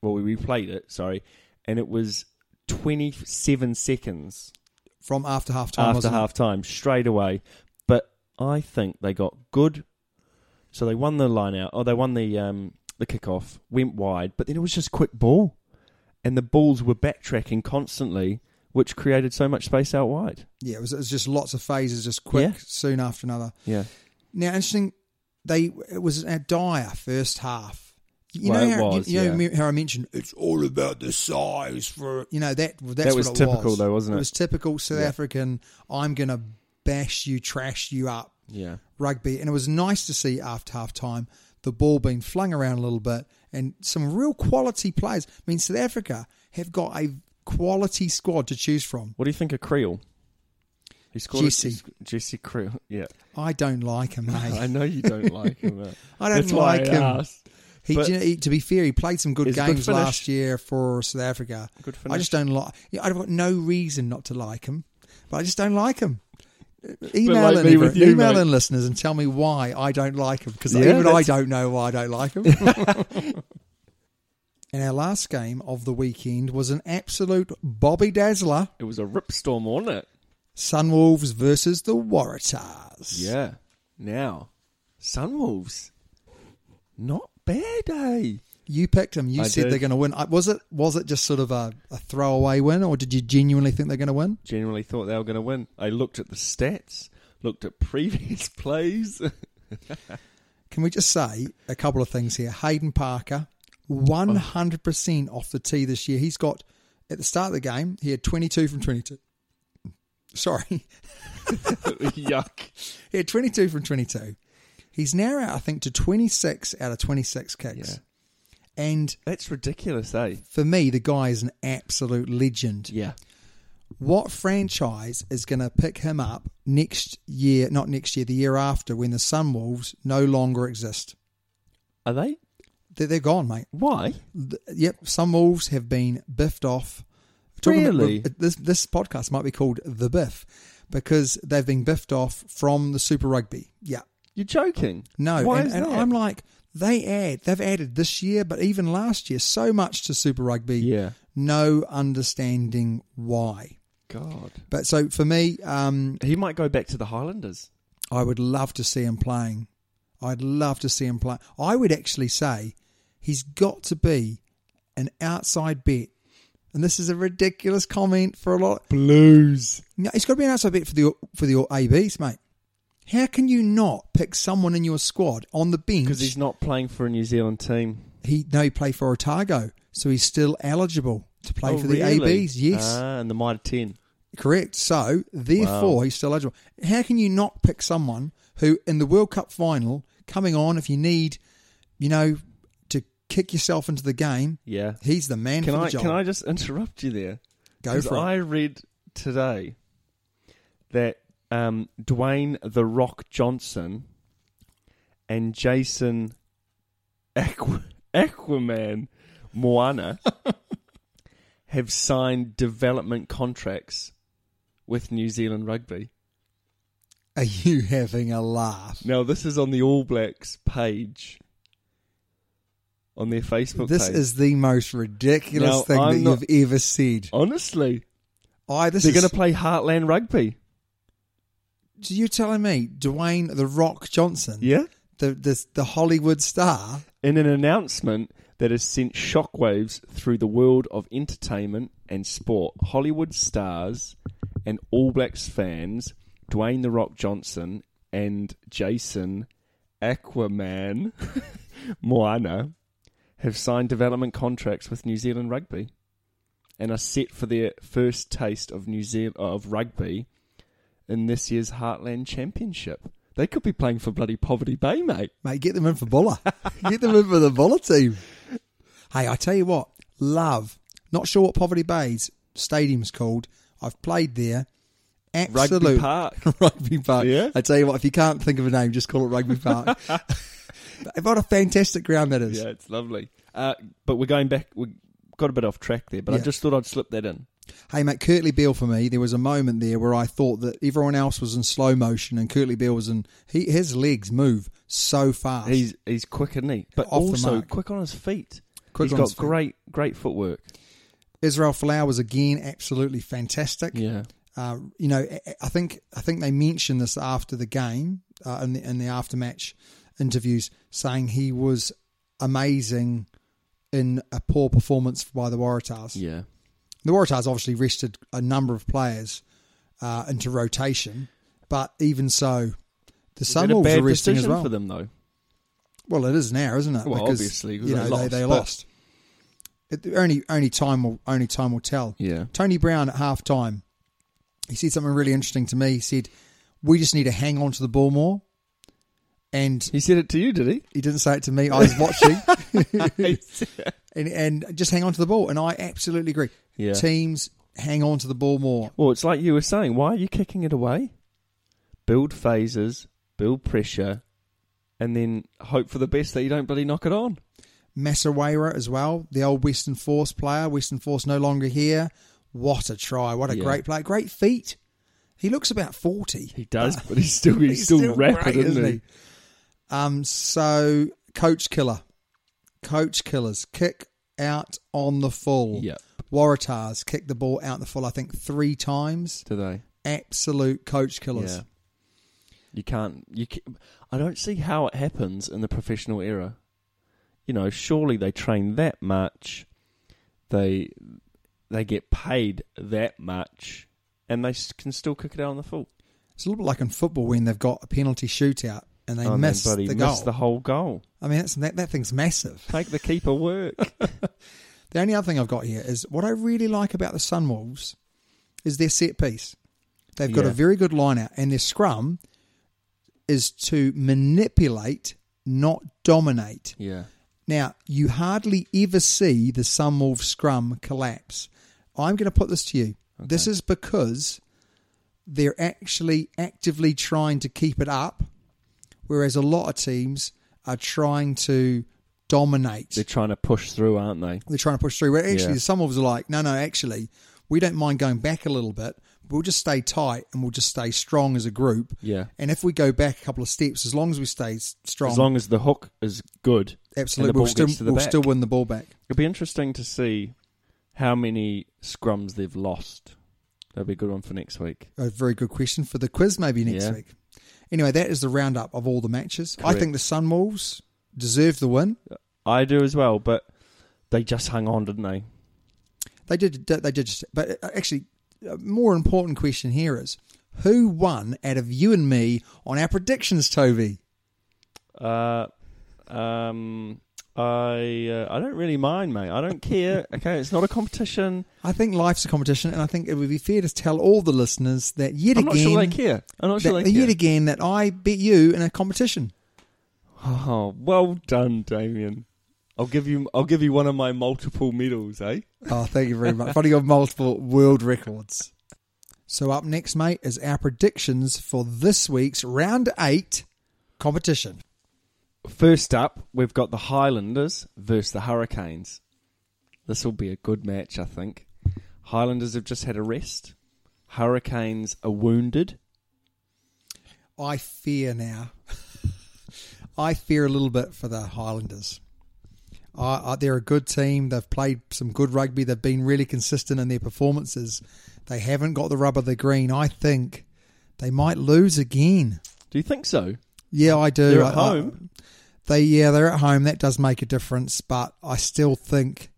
E: well, we replayed it. Sorry, and it was twenty seven seconds.
D: from after half time
E: after
D: wasn't it?
E: half time straight away. But I think they got good. So they won the line out. Oh, they won the um, the kickoff, went wide, but then it was just quick ball, and the balls were backtracking constantly, which created so much space out wide.
D: Yeah, it was, it was just lots of phases just quick
E: Yeah.
D: soon after another.
E: Yeah,
D: Now, interesting. They it was a dire first half. You
E: Well,
D: know
E: it
D: how,
E: was,
D: you, you know
E: yeah.
D: me- how I mentioned it's all about the size for you know that that's
E: was
D: what it
E: typical
D: was.
E: though, wasn't it?
D: It was typical South
E: Yeah.
D: African. I'm gonna bash you, trash you up
E: yeah,
D: rugby, and it was nice to see after half time the ball being flung around a little bit and some real quality players. I mean, South Africa have got a quality squad to choose from.
E: What do you think of Creel? He scored a-
D: Jesse.
E: Jesse Creel. Yeah,
D: I don't like
E: [LAUGHS]
D: him, mate.
E: I know you don't like him. eh?
D: [LAUGHS] I don't
E: That's why
D: like
E: I
D: him.
E: asked.
D: He,
E: But-
D: do you know, he- to be fair, he played some good
E: He's a good
D: games
E: finish.
D: last year for South Africa.
E: Good
D: I
E: finish.
D: just don't like. Yeah, I've got no reason not to like him, but I just don't like him. Email
E: like
D: in,
E: me with
D: every-
E: you,
D: email
E: mate.
D: in listeners and tell me why I don't like him because
E: Yeah,
D: even I
E: that's-
D: don't know why I don't like
E: [LAUGHS]
D: him. and our last game of the weekend was an absolute Bobby Dazzler:
E: It was a rip storm, wasn't it?
D: Sunwolves versus the Waratahs.
E: Yeah, Now, Sunwolves, not bad, eh?
D: You picked them. You
E: I
D: said
E: did.
D: they're going to win. I- Was it was it just sort of a, a throwaway win, or did you genuinely think they're going to win?
E: Generally thought they were going to win. I looked at the stats, looked at [LAUGHS] previous plays. [LAUGHS]
D: Can we just say a couple of things here? Hayden Parker, 100% off the tee this year. He's got, at the start of the game, he had 22 from 22. Sorry. [LAUGHS]
E: Yuck.
D: He had 22 from 22. He's now out, I think, to 26 out of 26 kicks. And
E: That's ridiculous, eh?
D: for me, the guy is an absolute legend.
E: Yeah.
D: What franchise is going to pick him up next year, not next year, the year after, when the Sunwolves no longer exist?
E: Are they?
D: They're, they're gone, mate.
E: Why?
D: th- yep, some wolves have been biffed off. Talking about-
E: Really?
D: this this podcast might be called the Biff because they've been biffed off from the Super Rugby. Yeah,
E: You're joking.
D: no,
E: Why
D: and,
E: is
D: and
E: that?
D: I'm like they add they've added this year, but even last year, so much to Super Rugby.
E: Yeah.
D: no understanding why.
E: God.
D: But so for me, um,
E: He might go back to the Highlanders.
D: I would love to see him playing. I'd love to see him play. I would actually say he's got to be an outside bet. And this is a ridiculous comment for a lot.
E: Blues.
D: No, he's got to be an outside bet for the for the ABs, mate. How can you not pick someone in your squad on the bench?
E: Because he's not playing for a New Zealand team.
D: he no, he played for Otago, so he's still eligible to play
E: Oh,
D: for the
E: really?
D: ABs. Yes,
E: Ah, and the Mitre 10.
D: Correct. So, therefore, he's still eligible. How can you not pick someone who, in the World Cup final, coming on, if you need, you know, to kick yourself into the game,
E: Yeah.
D: he's the man
E: Can
D: for the
E: I
D: job.
E: can I just [LAUGHS] interrupt you there?
D: Go
E: Because
D: for
E: I
D: it.
E: read today that um, Dwayne the Rock Johnson and Jason Aqu- Aquaman
D: [LAUGHS]
E: Moana have signed development contracts with New Zealand Rugby.
D: Are you [LAUGHS] having a laugh?
E: Now this is on the All Blacks page on their Facebook
D: This
E: page.
D: is the most ridiculous
E: Now,
D: thing
E: I'm
D: that
E: not-
D: you've ever said.
E: honestly
D: I this
E: they're
D: is.
E: going to play Heartland Rugby.
D: So you're telling me Dwayne the Rock Johnson,
E: Yeah.
D: the the the Hollywood star,
E: in an announcement that has sent shockwaves through the world of entertainment and sport, Hollywood stars and All Blacks fans, Dwayne The Rock Johnson and Jason Aquaman [LAUGHS] Moana, have signed development contracts with New Zealand Rugby and are set for their first taste of New Zealand of rugby in this year's Heartland Championship. They could be playing for bloody Poverty Bay, mate.
D: Mate, get them in for
E: [LAUGHS]
D: Buller. get them in for the Buller team. Hey, I tell you what, love. Not sure what Poverty Bay's stadium's called. I've played there. Absolute
E: Rugby Park.
D: [LAUGHS] Rugby Park.
E: Yeah?
D: I tell you what, if you can't think of a name, just call it Rugby Park.
E: [LAUGHS]
D: [LAUGHS] But what a fantastic ground that is.
E: Yeah, it's lovely. Uh, but we're going back. We got a bit off track there, but I
D: Yeah.
E: just thought I'd slip that in.
D: Hey, mate, Curtly Beale for me, there was a moment there where I thought that everyone else was in slow motion and Curtly Beale was in. He, his legs move so fast.
E: He's he's quick, isn't he? But
D: Ah. Off the
E: also
D: mark.
E: quick on his feet.
D: Quick
E: He's
D: on
E: got
D: his feet.
E: great great footwork.
D: Israel Flowers again, absolutely fantastic. uh, you know, I- I think I think they mentioned this after the game uh, in the in the aftermatch interviews, saying he was amazing in a poor performance by the Waratahs.
E: yeah.
D: The Waratahs obviously rested a number of players uh, into rotation, but even so, the
E: Is that a
D: Sunwolves
E: bad
D: are resting as
E: decision
D: well.
E: for them though.
D: Well, it is now, isn't it?
E: Well, obviously, 'cause
D: you
E: they
D: know
E: lost,
D: they, they
E: but-
D: lost. It, only only time will only time will tell.
E: Yeah.
D: Tony Brown at half time, he said something really interesting to me. He said, "We just need to hang on to the ball more." And
E: He said it to you, did [LAUGHS] he?
D: he didn't say it to me. I was
E: [LAUGHS]
D: watching,
E: yeah.
D: and, and just hang on to the ball. And I absolutely agree.
E: Yeah.
D: Teams hang on to the ball more.
E: Well, it's like you were saying. Why are you kicking it away? Build phases, build pressure, and then hope for the best that you don't bloody knock it on.
D: Massawera as well, the old Western Force player. Western Force no longer here. What a try! What a
E: Yeah.
D: great play! Great feet. He looks about forty.
E: He does, [LAUGHS] but he's still he's, still, rapid,
D: great,
E: isn't he?
D: Um, so coach killer, coach killers kick out on the full.
E: Yep.
D: Waratahs kick the ball out the full. I think three times.
E: Today.
D: Absolute coach killers.
E: Yeah. You can't. You. ca- I don't see how it happens in the professional era. You know, surely they train that much, they they get paid that much, and they s- can still kick it out on the full.
D: It's a little bit like in football when they've got a penalty shootout and they
E: Oh, and then
D: miss
E: bloody
D: the goal.
E: missed the whole goal.
D: I mean, that's, that, that thing's massive.
E: Take the keeper work.
D: The only other thing I've got here is what I really like about the Sunwolves is their set piece. They've got a
E: Yeah.
D: very good line out, and their scrum is to manipulate, not dominate.
E: [LAUGHS] yeah.
D: Now, you hardly ever see the Sunwolves scrum collapse. I'm going to put this to you. This is because they're actually actively trying to keep it up, whereas a lot of teams are trying to dominate
E: They're trying to push through, aren't they?
D: they're trying to push through. Where actually,
E: Yeah.
D: some of us are like, no, no, actually, we don't mind going back a little bit. We'll just stay tight and we'll just stay strong as a group.
E: Yeah.
D: And if we go back a couple of steps, as long as we stay s- strong,
E: As long as the hook is good, and the
D: absolutely,
E: ball
D: we'll, still,
E: gets to the
D: we'll
E: back.
D: still win the ball back.
E: It'll be interesting to see how many scrums they've lost. That'll be a good one for next week.
D: A very good question for the quiz maybe next
E: Yeah.
D: week. Anyway, that is the roundup of all the matches. I
E: Correct.
D: think the Sunwolves deserve the win.
E: I do as well, but they just hung on, didn't they?
D: They did. They did. just- But uh, actually, a more important question here is who won out of you and me on our predictions, Toby?
E: Uh, um, I uh, I don't really mind, mate. I don't [LAUGHS] care. Okay, it's not a competition.
D: I think life's a competition, and I think it would be fair to tell all the listeners that yet
E: I'm not
D: again,
E: sure they care. I'm not
D: that,
E: sure they care.
D: yet again, that I beat you in a competition.
E: [LAUGHS] Oh, well done, Damien. I'll give you I'll give you one of my multiple medals, eh?
D: Oh, thank you very much. Funny got multiple world records. So up next, mate, is our predictions for this week's round eight competition.
E: First up, we've got the Highlanders versus the Hurricanes. This will be a good match, I think. Highlanders have just had a rest. Hurricanes are wounded.
D: I fear now. [LAUGHS] I fear a little bit for the Highlanders. I, I, they're a good team. They've played some good rugby. They've been really consistent in their performances. They haven't got the rub of the green. I think they might lose again.
E: Do you think so?
D: Yeah, I do.
E: They're at
D: I- I-
E: home.
D: they yeah, they're at home. That does make a difference, but I still think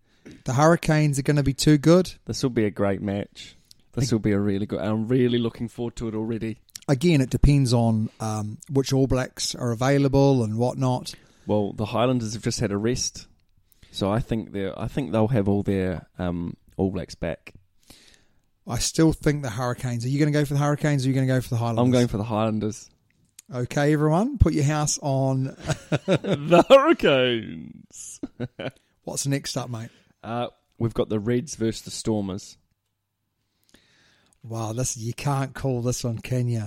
D: the Hurricanes are going to be too good.
E: This will be a great match. This will be a really good. I'm really looking forward to it already.
D: Again, it depends on um, which All Blacks are available and whatnot.
E: Well, the Highlanders have just had a rest, so I think they are I think they'll have all their um, All Blacks back.
D: I still think the Hurricanes. Are you going to go for the Hurricanes or are you going to go for the Highlanders?
E: I'm going for the Highlanders.
D: Okay, everyone, put your house on.
E: [LAUGHS] the Hurricanes.
D: What's next up, mate?
E: Uh, we've got the Reds versus the Stormers.
D: Wow, this you can't call this one, can you?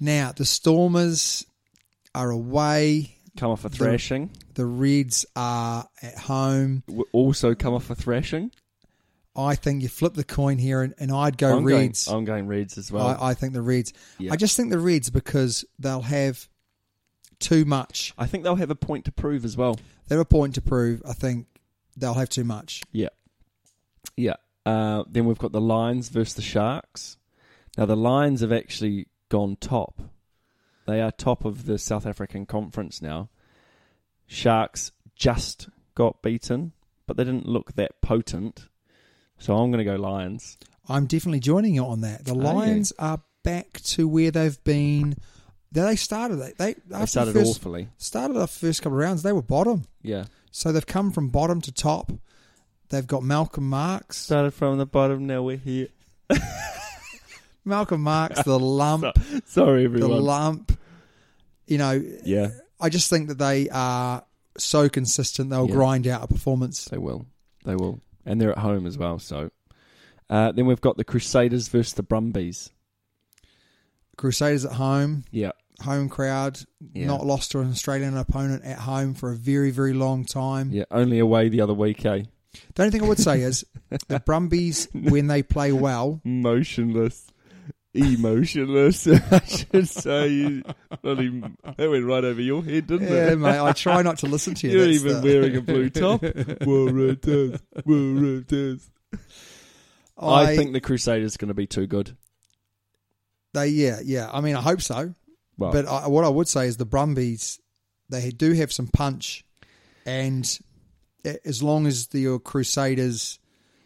D: Now the Stormers are away.
E: Come off a thrashing.
D: The Reds are at home.
E: W- Also come off a thrashing.
D: I think you flip the coin here, and, and I'd go
E: I'm
D: Reds.
E: Going, I'm going Reds as well. I,
D: I, I think the Reds.
E: Yeah.
D: I just think the Reds because they'll have too much.
E: think they'll have a point to prove as well.
D: They have a point to prove. I think they'll have too much.
E: Yeah. Yeah. Uh, then we've got the Lions versus the Sharks. Now, the Lions have actually gone top. They are top of the South African Conference now. Sharks just got beaten, but they didn't look that potent. So I'm going to go Lions.
D: I'm definitely joining you on that. The
E: you?
D: Lions are back to where they've been. They they started they they, after the
E: started
D: first,
E: awfully.
D: Started the first couple of rounds, they were bottom.
E: Yeah.
D: So they've come from bottom to top. They've got Malcolm Marks.
E: Started from the bottom, now we're here.
D: Malcolm Marks, the lump,
E: [LAUGHS] Sorry,
D: the
E: everyone.
D: lump. You know,
E: yeah,
D: I just think that they are so consistent. They'll
E: Yeah.
D: grind out a performance.
E: they will. They will. And they're at home as well, so. Uh, then we've got the Crusaders versus the Brumbies.
D: Crusaders at home,
E: Yeah.
D: home crowd,
E: Yeah.
D: not lost to an Australian opponent at home for a very, very long time.
E: Yeah, only away the other week, eh?
D: The only thing I would say is the Brumbies, when they play well,
E: Motionless. Emotionless, [LAUGHS] I should say. You bloody, that went right over your head, didn't
D: yeah,
E: [LAUGHS]
D: mate, I try not to listen to you. That's the-
E: a blue [LAUGHS] top. Well, it is. Well, it is.
D: [LAUGHS] I,
E: I think the Crusaders are going to be too good.
D: they, yeah, yeah. I mean, I hope so.
E: Well,
D: But I, what I would say is the Brumbies, they do have some punch, and a- as long as the Crusaders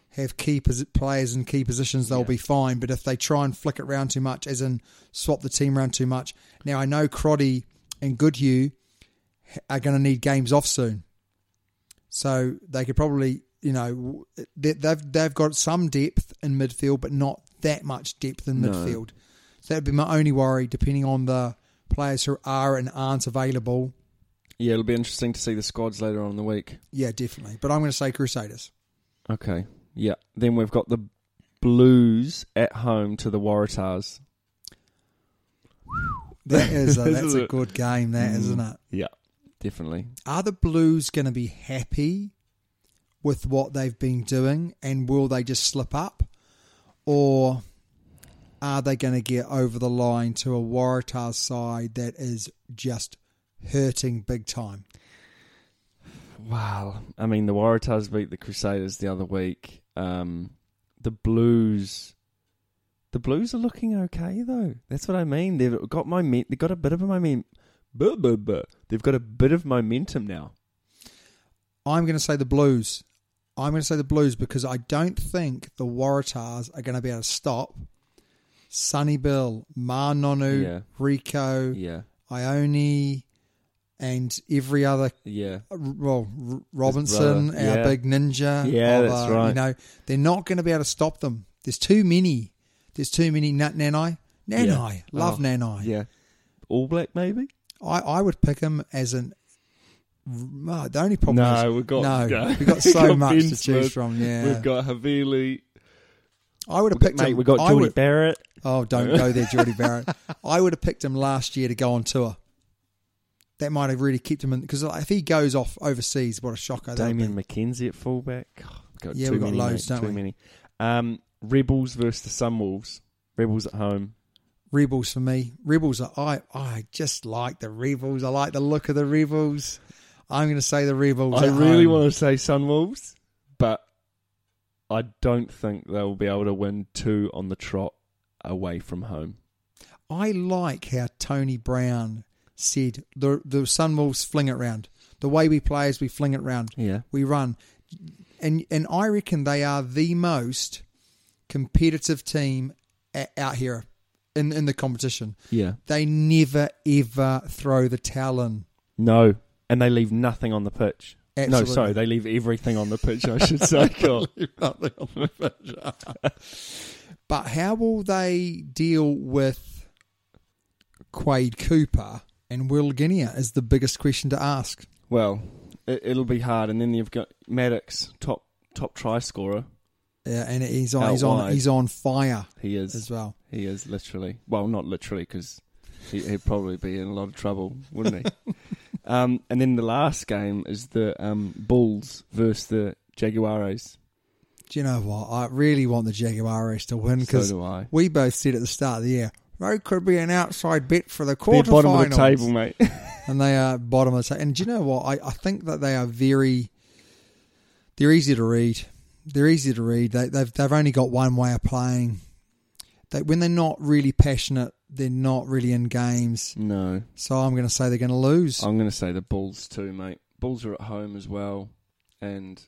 D: have key posi- players in key positions, they'll be fine. But if they try and flick it round too much, as in swap the team around too much, now I know Croddy and Goodhue h- are going to need games off soon, so they could probably. You know w- they- they've they've got some depth in midfield, but not that much depth in midfield. So that'd be my only worry, depending on the players who are and aren't available.
E: yeah, it'll be interesting to see the squads later on in the week.
D: Yeah, definitely. But I'm going to say Crusaders.
E: Okay. Yeah. Then we've got the Blues at home to the Waratahs. [LAUGHS]
D: That is a,
E: This
D: that's
E: is Mm.
D: a
E: it.
D: good game, that not it?
E: Yeah. Definitely.
D: Are the Blues going to be happy with what they've been doing, and will they just slip up, or are they going to get over the line to a Waratah side that is just hurting big time?
E: Wow. I mean, the Waratahs beat the Crusaders the other week. Um, the Blues. The Blues are looking okay though. That's what I mean. They've got my They've got a bit of a moment. Buh, buh, buh. They've got a bit of momentum now.
D: I'm going to say the Blues. I'm going to say the Blues because I don't think the Waratahs are going to be able to stop Sonny Bill, Ma Nonu,
E: Yeah.
D: Rico,
E: Yeah.
D: Ione, and every other
E: Yeah.
D: well R- Robinson, our
E: brother, yeah.
D: big ninja.
E: Yeah,
D: of,
E: that's
D: uh, You
E: right.
D: know they're not going to be able to stop them. There's too many. There's too many. Nat Nanai, Nanai, love
E: Oh,
D: Nanai.
E: Yeah. All black maybe.
D: I, I would pick him as an. No, the only problem
E: No,
D: is
E: we've got-
D: no,
E: [LAUGHS] no.
D: we've got so
E: We've got
D: much
E: Ben
D: to choose
E: Smith.
D: from. Yeah,
E: We've got Havili.
D: I would have
E: Mate,
D: picked him.
E: we've got
D: I
E: Geordie
D: would-
E: Barrett.
D: Oh, don't go there,
E: [LAUGHS]
D: Geordie Barrett. I would have picked him last year to go on tour. That might have really kept him in because if he goes off overseas, what a shocker! that would
E: Damien
D: be.
E: McKenzie at fullback. God, we've got
D: Yeah,
E: too
D: we've got
E: many,
D: loads,
E: mate,
D: don't
E: too
D: we?
E: many. Um, Rebels versus the Sunwolves. Rebels at home.
D: Rebels for me. Rebels are I. I just like the Rebels. I like the look of the Rebels. I'm going to say the Rebels.
E: I
D: at
E: really
D: home.
E: want to say Sunwolves, but I don't think they'll be able to win two on the trot away from home.
D: I like how Tony Brown said the the Sunwolves fling it round. The way we play is we fling it round.
E: Yeah.
D: we run, and and I reckon they are the most competitive team a- out here in in the competition.
E: Yeah.
D: They never ever throw the towel in.
E: No. And they leave nothing on the pitch. No,
D: Absolutely.
E: sorry, they leave everything on the pitch, I
D: [LAUGHS]
E: should say. God.
D: But how will they deal with Quade Cooper and Will Guinea is the biggest question to ask.
E: Well, it, it'll be hard. And then you've got Maddox, top top try scorer.
D: Yeah, Uh, and he's on
E: Out
D: he's on
E: wide.
D: he's on fire
E: He is
D: as well.
E: He is literally. Well, not literally, because he, he'd probably be in a lot of trouble, wouldn't he? um, and then the last game is the um, Bulls versus the Jaguares.
D: Do you know what? I really want the Jaguares to win because
E: do I.
D: we both said at the start of the year they could be an outside bet for the
E: They're
D: quarterfinals.
E: bottom of the table, mate.
D: and they are bottom of the table. And do you know what? I, I think that they are very. They're easy to read. They're easy to read. They, they've they've only got one way of playing. They when they're not really passionate, they're not really in games.
E: no,
D: So I'm going to say they're going to lose.
E: I'm going to say the Bulls too, mate. Bulls are at home as well, and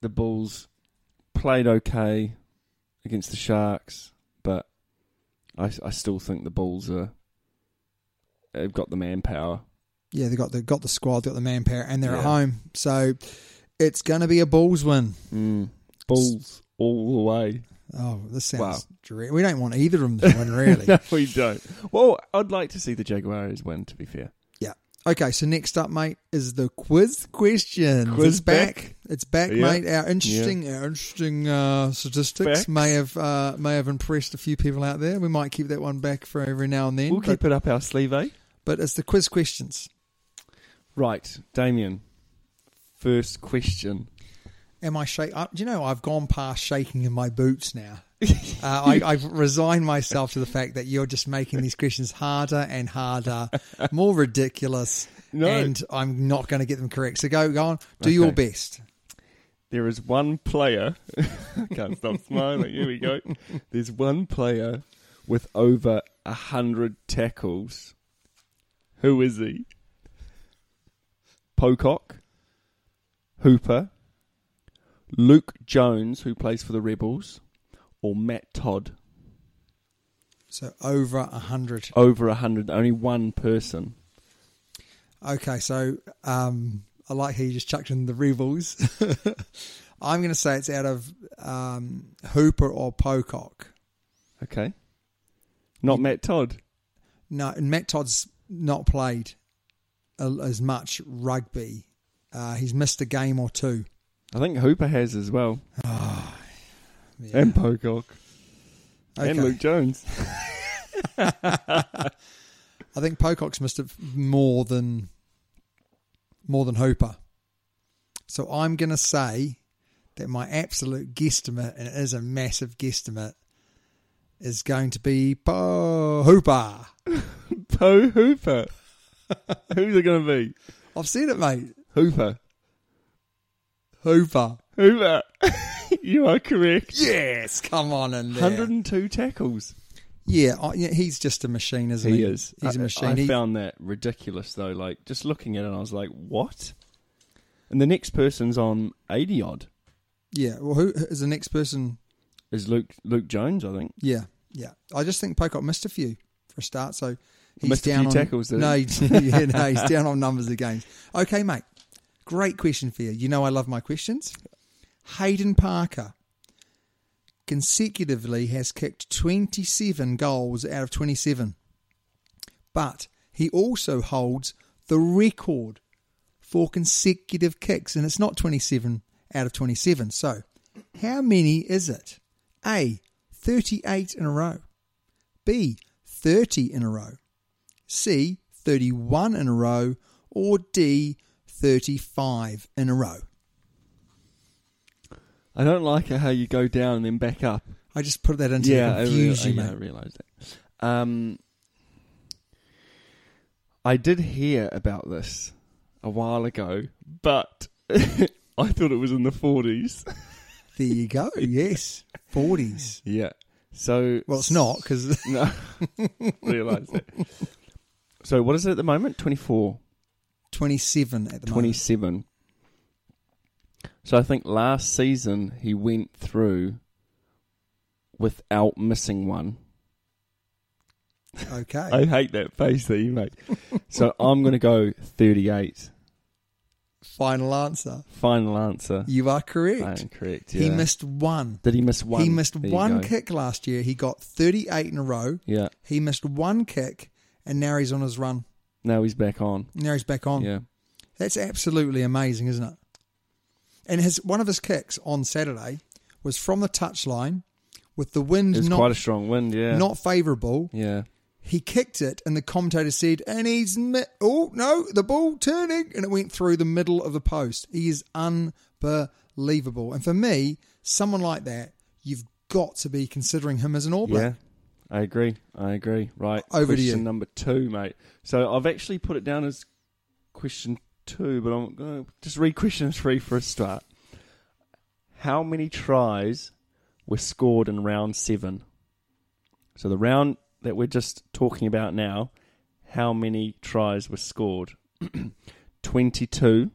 E: the Bulls played okay against the Sharks, but I, I still think the Bulls are. They've got the manpower.
D: yeah, they got the got the squad, they got the manpower, and they're at
E: Yeah.
D: home. So it's going to be a Bulls win.
E: Bulls Mm. all the way.
D: Oh, this sounds
E: Wow.
D: drear- We don't want either of them to win, really.
E: [LAUGHS] no, we don't. Well, I'd like to see the Jaguars win. To be fair,
D: Yeah. Okay, so next up, mate, is the quiz question.
E: Quiz
D: it's back.
E: back.
D: It's back,
E: Yeah.
D: mate. Our interesting, our interesting uh, statistics
E: Facts.
D: may have uh, may have impressed a few people out there. We might keep that one back for every now and then.
E: we'll
D: but,
E: keep it up our sleeve, eh?
D: but it's the quiz questions.
E: Right, Damien. First question.
D: Am I shake? Uh, do you know I've gone past shaking in my boots
E: [LAUGHS]
D: now. uh, I, I've resigned myself to the fact that you're just making these questions harder and harder, more ridiculous,
E: [LAUGHS] No.
D: and I'm not going to get them correct. So go, go on, do your
E: Okay.
D: best.
E: There is [LAUGHS] one player. I can't stop smiling. Here we go. There's one player with over a hundred tackles. Who is he? Pocock, Hooper, Luke Jones, who plays for the Rebels, or Matt Todd.
D: So over a hundred.
E: Over a hundred, only one person.
D: Okay, so um, I like how you just chucked in the Rebels. [LAUGHS] I'm going to say it's out of um, Hooper or Pocock.
E: Okay, not Matt Todd.
D: No, and Matt Todd's not played a- as much rugby. Uh, he's missed a game or two.
E: I think Hooper has as well,
D: Yeah.
E: and Pocock,
D: Okay.
E: and Luke Jones.
D: I think Pocock's missed it more than more than Hooper. So I'm going to say that my absolute guesstimate, and it is a massive guesstimate, is going to be po- Hooper.
E: Poe [LAUGHS] Hooper. Who's it going to be?
D: I've seen it, mate.
E: Hooper.
D: Hooper.
E: Hooper. [LAUGHS] you are correct.
D: Yes, come on in there.
E: 102 tackles.
D: Yeah, I, yeah, he's just a machine, isn't he? He's a
E: I-
D: machine.
E: I,
D: He-
E: found that ridiculous though. Like just looking at it, I was like, what? And the next person's on 80 odd
D: yeah. Well, who is the next person?
E: is Luke Luke Jones, I think.
D: Yeah, yeah. I just think Pocock missed a few for a start, so he's
E: Missed a
D: down
E: few
D: on
E: tackles, didn't
D: no,
E: [LAUGHS]
D: [LAUGHS]
E: he?
D: yeah, no, he's down on numbers of games. Okay, mate. Great question for you. You know I love my questions. Hayden Parker consecutively has kicked 27 goals out of 27, but he also holds the record for consecutive kicks, and it's not 27 out of 27. So, how many is it? A. 38 in a row. B. 30 in a row. C. 31 in a row. Or D. 35 in a row.
E: I don't like how you go down and then back up.
D: I just put that into yeah,
E: I rea-
D: confuse you,
E: I, yeah, I
D: mate.
E: realised that. Um, I did hear about this a while ago, but [LAUGHS] I thought it was in the forties.
D: There you
E: [LAUGHS]
D: go. Yes. 40s.
E: Yeah. So
D: Well, it's not because
E: [LAUGHS] No, realised it. So what is it at the moment? 24,
D: 27 at the moment.
E: [LAUGHS] 27. So I think last season he went through without missing one.
D: Okay.
E: I hate that face that you make.
D: [LAUGHS]
E: so I'm going to go 38.
D: Final answer.
E: Final answer.
D: You are
E: I
D: correct.
E: am correct.
D: He
E: yeah.
D: missed one.
E: Did he miss one?
D: He missed
E: There you
D: one
E: go.
D: kick last year. He got 38 in a row.
E: Yeah.
D: He missed one kick, and now he's on his run.
E: Now he's back on.
D: Now he's back on.
E: Yeah.
D: That's absolutely amazing, isn't it? And his one of his kicks on Saturday was from the touchline with the wind
E: It was
D: not
E: quite a strong wind. Yeah.
D: not favourable.
E: Yeah.
D: He kicked it, and the commentator said, "And he's mi- oh no, the ball turning, and it went through the middle of the post. He is unbelievable." And for me, someone like that, you've got to be considering him as an All Black.
E: Yeah, I agree. I agree. Right.
D: Over to
E: question
D: you.
E: number two, mate. So I've actually put it down as question two, but I'm going to just read question three for a start. How many tries were scored in round seven? So the round that we're just talking about now, how many tries were scored? [CLEARS THROAT] 22,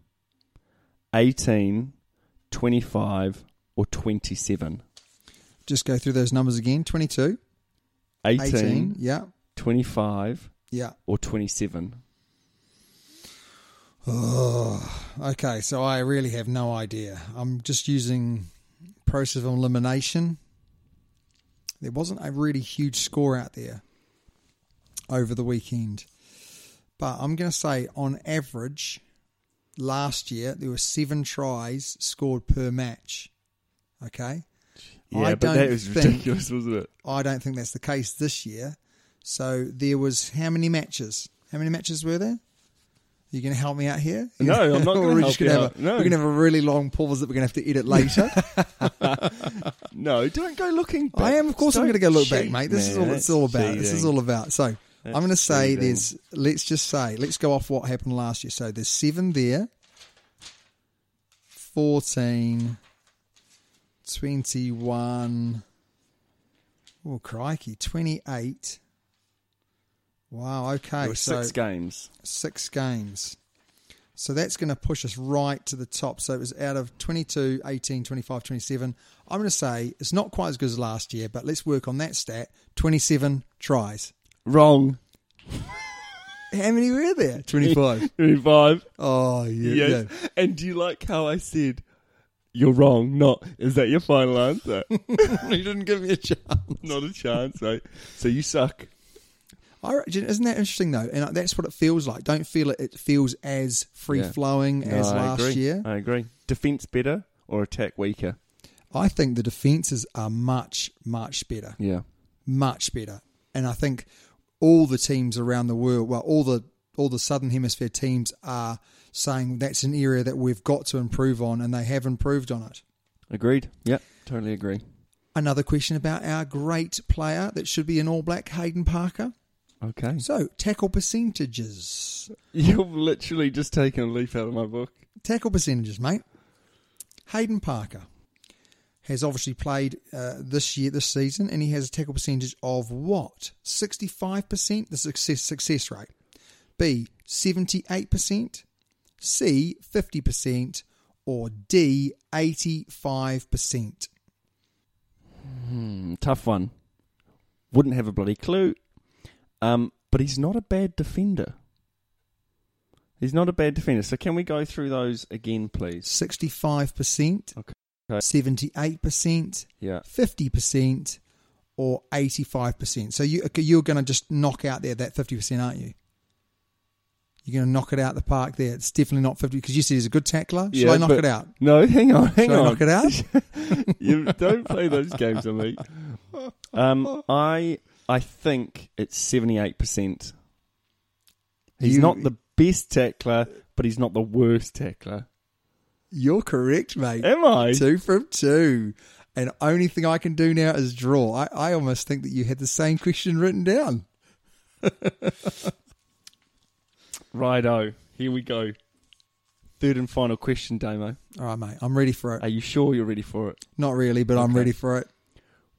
E: 18, 25, or 27?
D: Just go through those numbers again: 22, 18,
E: 18
D: yeah,
E: 25
D: yeah.
E: or 27
D: Oh, okay, so I really have no idea. I'm just using process of elimination. There wasn't a really huge score out there over the weekend. But I'm going to say, on average, last year there were seven tries scored per match. Okay? I don't think,
E: wasn't it
D: I don't think that's the case this year. So there was how many matches? How many matches were there? Are you going to help me out here?
E: No, I'm not
D: [LAUGHS] Or
E: gonna
D: we're
E: help
D: just gonna
E: you
D: have
E: out.
D: A,
E: No.
D: We're going to have a really long pause that we're going to have to edit
E: [LAUGHS]
D: later.
E: no don't go looking back.
D: I am, of course, I'm going to go look back,
E: Cheat,
D: mate. This is
E: man,
D: all it's all
E: that's
D: about. This is
E: cheating.
D: all about. So I'm going to say
E: cheating.
D: there's. Let's just say let's go off what happened last year. So there's seven there. 14, 21, Oh, crikey. 28. Wow, okay.
E: There were
D: so
E: six games.
D: six games. So that's going to push us right to the top. So it was out of 22, 18, 25, 27. I'm going to say it's not quite as good as last year, but let's work on that stat 27 tries.
E: Wrong.
D: How many were
E: [LAUGHS]
D: there? 25.
E: Five.
D: oh, yeah.
E: Yes.
D: yeah.
E: And do you like how I said you're wrong? Not is that your final answer?
D: [LAUGHS] you didn't give me a chance.
E: Not a chance, right? So you suck.
D: I reckon- isn't that interesting though? And uh, that's what it feels like. Don't feel it. It feels as free flowing as
E: No, I
D: last
E: agree.
D: year.
E: I agree. Defense better or attack weaker?
D: I think the defenses are much, much better,
E: Yeah.
D: much better. And I think all the teams around the world, well, all the all the southern hemisphere teams are saying that's an area that we've got to improve on, and they have improved on it.
E: Agreed. Yeah. Totally agree.
D: Another question about our great player that should be an All Black, Hayden Parker.
E: Okay.
D: So tackle percentages.
E: [LAUGHS] You've literally just taken a leaf out of my book.
D: tackle percentages, mate. Hayden Parker has obviously played uh, this year, this season, and he has a tackle percentage of what? 65%, the success, success rate. B, 78%. C, 50%. Or D, 85%.
E: Mm, tough one. Wouldn't have a bloody clue. Um, but he's not a bad defender. He's not a bad defender. So can we go through those again, please?
D: 65%.
E: Okay.
D: 78%.
E: Yeah.
D: fifty percent or eighty five percent. So you okay, you're going to just knock out there that fifty percent, aren't you? You're going to knock it out the park there. It's definitely not fifty because you said he's a good tackler. Should
E: Yeah,
D: I knock
E: but-
D: it out?
E: No, hang on, hang
D: Should I
E: on.
D: knock it out?
E: [LAUGHS] you don't play those games on me. [LAUGHS] Um, I I think it's seventy eight percent. He's
D: You-
E: not the best tackler, but he's not the worst tackler.
D: You're correct, mate.
E: Am I?
D: Two from two. And only thing I can do now is draw. I, I almost think that you had the same question written down.
E: Righto. Here we go. Third and final question, Damo.
D: All right, mate. I'm ready for
E: Are
D: it.
E: you sure you're ready for it?
D: Not really, but I'm
E: Okay.
D: ready for it.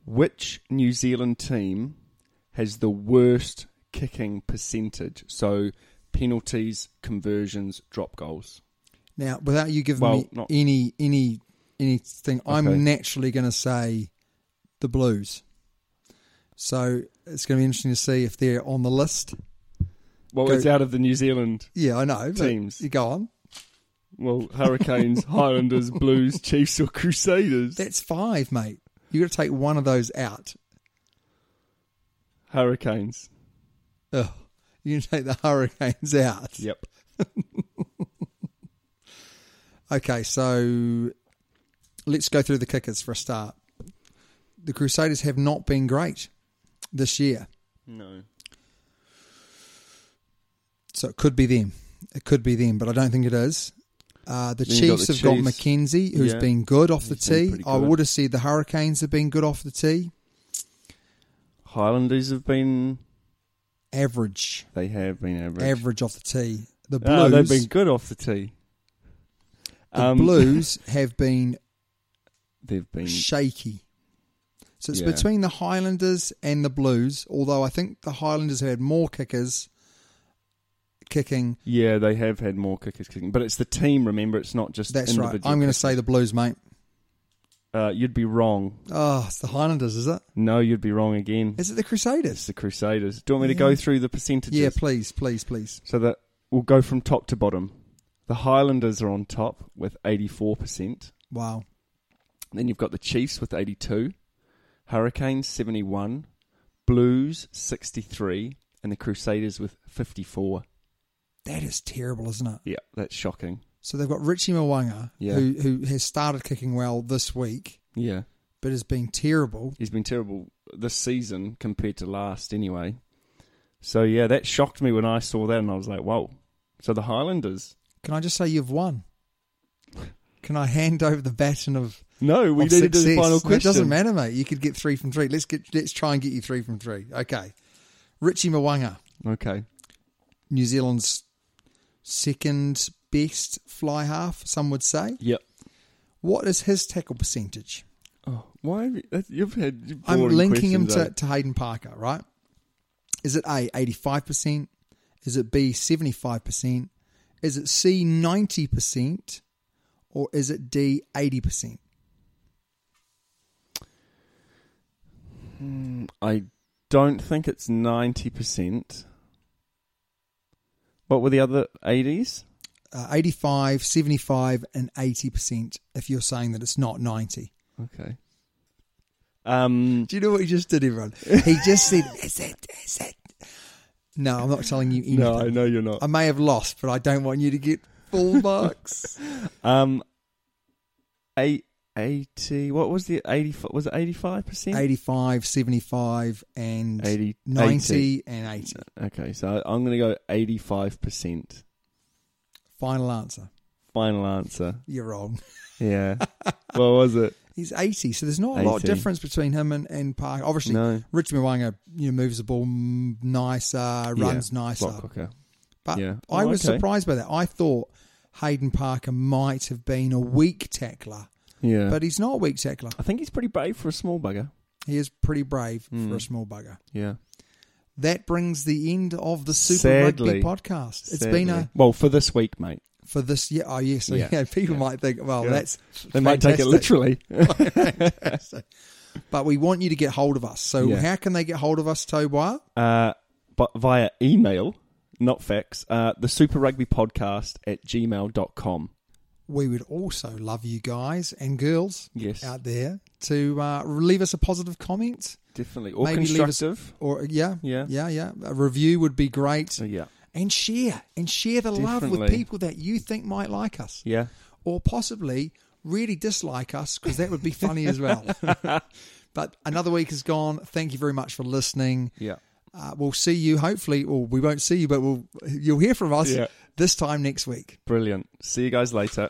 E: Which New Zealand team has the worst kicking percentage? So penalties, conversions, drop goals.
D: Now, without you giving
E: Well,
D: me
E: not-
D: any any anything,
E: Okay.
D: I'm naturally going to say the Blues. So it's going to be interesting to see if they're on the list.
E: Well,
D: Go-
E: it's out of the New Zealand
D: Yeah, I know. but
E: Teams.
D: you go on.
E: [LAUGHS] Well, Hurricanes, Highlanders, Blues, Chiefs, or Crusaders.
D: That's five, mate. You got to take one of those out.
E: Hurricanes.
D: Ugh. You can take the [LAUGHS] Hurricanes out.
E: Yep.
D: Okay, so let's go through the kickers for a start. The Crusaders have not been great this year.
E: No.
D: So it could be them. It could be them, but I don't think it is. Uh, the
E: Then you got
D: Chiefs
E: the
D: have got
E: Chiefs.
D: McKenzie, who's
E: Yeah.
D: been good off the
E: He's been
D: tee.
E: pretty
D: I
E: good.
D: would have said the Hurricanes have been good off the tee.
E: Highlanders have been.
D: Average,
E: They have been average.
D: average off the tee. The Blues,
E: Ah, they've been good off the tee. Um,
D: the Blues have been
E: They've [LAUGHS] been.
D: shaky. So it's
E: Yeah.
D: between the Highlanders and the Blues. Although I think the Highlanders have had more kickers kicking.
E: Yeah, they have had more kickers kicking, but it's the team. Remember, it's not just
D: That's right.
E: individual
D: I'm going to
E: kickers.
D: say the Blues, mate.
E: Uh, you'd be wrong.
D: Oh, it's the Highlanders, is it?
E: No, you'd be wrong again.
D: Is it the
E: It's
D: Crusaders?
E: the Crusaders. Do you want me to go through the percentages?
D: Yeah, please, please, please.
E: So that we'll go from top to bottom. The Highlanders are on top with eighty-four percent.
D: Wow.
E: Then you've got the Chiefs with 82, Hurricanes 71, Blues 63, and the Crusaders with 54.
D: That is terrible, isn't it?
E: Yeah, that's shocking.
D: So they've got Richie Mwanga,
E: Yeah.
D: who who has started kicking well this week,
E: Yeah.
D: but has been terrible.
E: He's been terrible this season compared to last, anyway. So, yeah, that shocked me when I saw that, and I was like, whoa. So the Highlanders.
D: Can I just say you've won? Can I hand over the baton of,
E: No, we
D: of
E: needed
D: success?
E: the final
D: No,
E: question.
D: It doesn't matter, mate. You could get three from three. Let's get let's try and get you three from three. Okay. Richie Mwanga,
E: Okay.
D: New Zealand's second best fly half, some would say.
E: Yep.
D: What is his tackle percentage?
E: Oh, Why have you, that's- you've had boring
D: I'm linking him
E: questions, eh?
D: to, to Hayden Parker, right? Is it A, 85%? Is it B, 75%? Is it C, 90%? Or is it D, 80%?
E: eh? I don't think it's ninety percent. What were the other eighties?
D: Uh, 85, 75, and 80% if you're saying that it's not 90.
E: Okay. Um.
D: Do you know what he just did, everyone? [LAUGHS] He just said, is it, is it? [LAUGHS] No, I'm not telling you anything.
E: No, I know you're not.
D: I may have lost, but I don't want you to get [LAUGHS] full marks.
E: Um. Eight, 80 what was the 85 was it 85%
D: 85, 75, and
E: 80
D: 90 and 80.
E: okay so i'm going to go 85%
D: Final answer.
E: final answer
D: You're wrong. [LAUGHS]
E: yeah what was it
D: He's 80, so there's not a lot of
E: 80.
D: difference between him and, and Parker. Obviously,
E: No.
D: Richard Mwanga, you know, moves the ball mm, nicer, runs
E: Yeah,
D: nicer.
E: lot quicker.
D: But
E: yeah.
D: I
E: Oh,
D: was
E: okay.
D: surprised by that. I thought Hayden Parker might have been a weak tackler,
E: Yeah.
D: but he's not a weak tackler.
E: I think he's pretty brave for a small bugger.
D: He is pretty brave
E: Hmm.
D: for a small bugger.
E: Yeah.
D: That brings the end of the Super
E: Sadly.
D: Rugby podcast. It's been a
E: well for this week, mate.
D: for this year. Oh yes, so yeah.
E: Yeah.
D: people
E: Yeah.
D: might think, well,
E: Yeah.
D: that's
E: They might take it
D: fantastic.
E: literally.
D: But we want you to get hold of us. So
E: Yeah.
D: how can they get hold of us, Toba?
E: uh, but via email, not fax. Uh, the Super Rugby Podcast at gmail.com.
D: We would also love you guys and girls
E: Yes.
D: out there to uh, leave us a positive comment.
E: Definitely. Or
D: Maybe leave us-
E: constructive.
D: Or yeah,
E: Yeah.
D: yeah, yeah. A review would be great,
E: So, yeah.
D: and share and share the love with
E: Definitely.
D: people that you think might like us,
E: Yeah.
D: or possibly really dislike us because that would be funny as
E: [LAUGHS]
D: well. but another week is gone. Thank you very much for listening.
E: Yeah.
D: Uh, we'll see you hopefully, or we won't see you, but we'll you'll hear from us
E: Yeah.
D: this time next week.
E: Brilliant. See you guys later.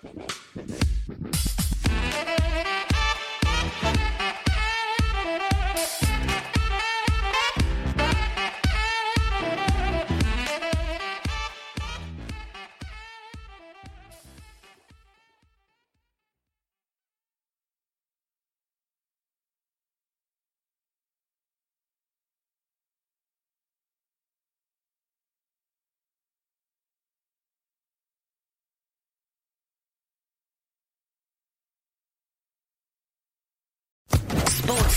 F: Sports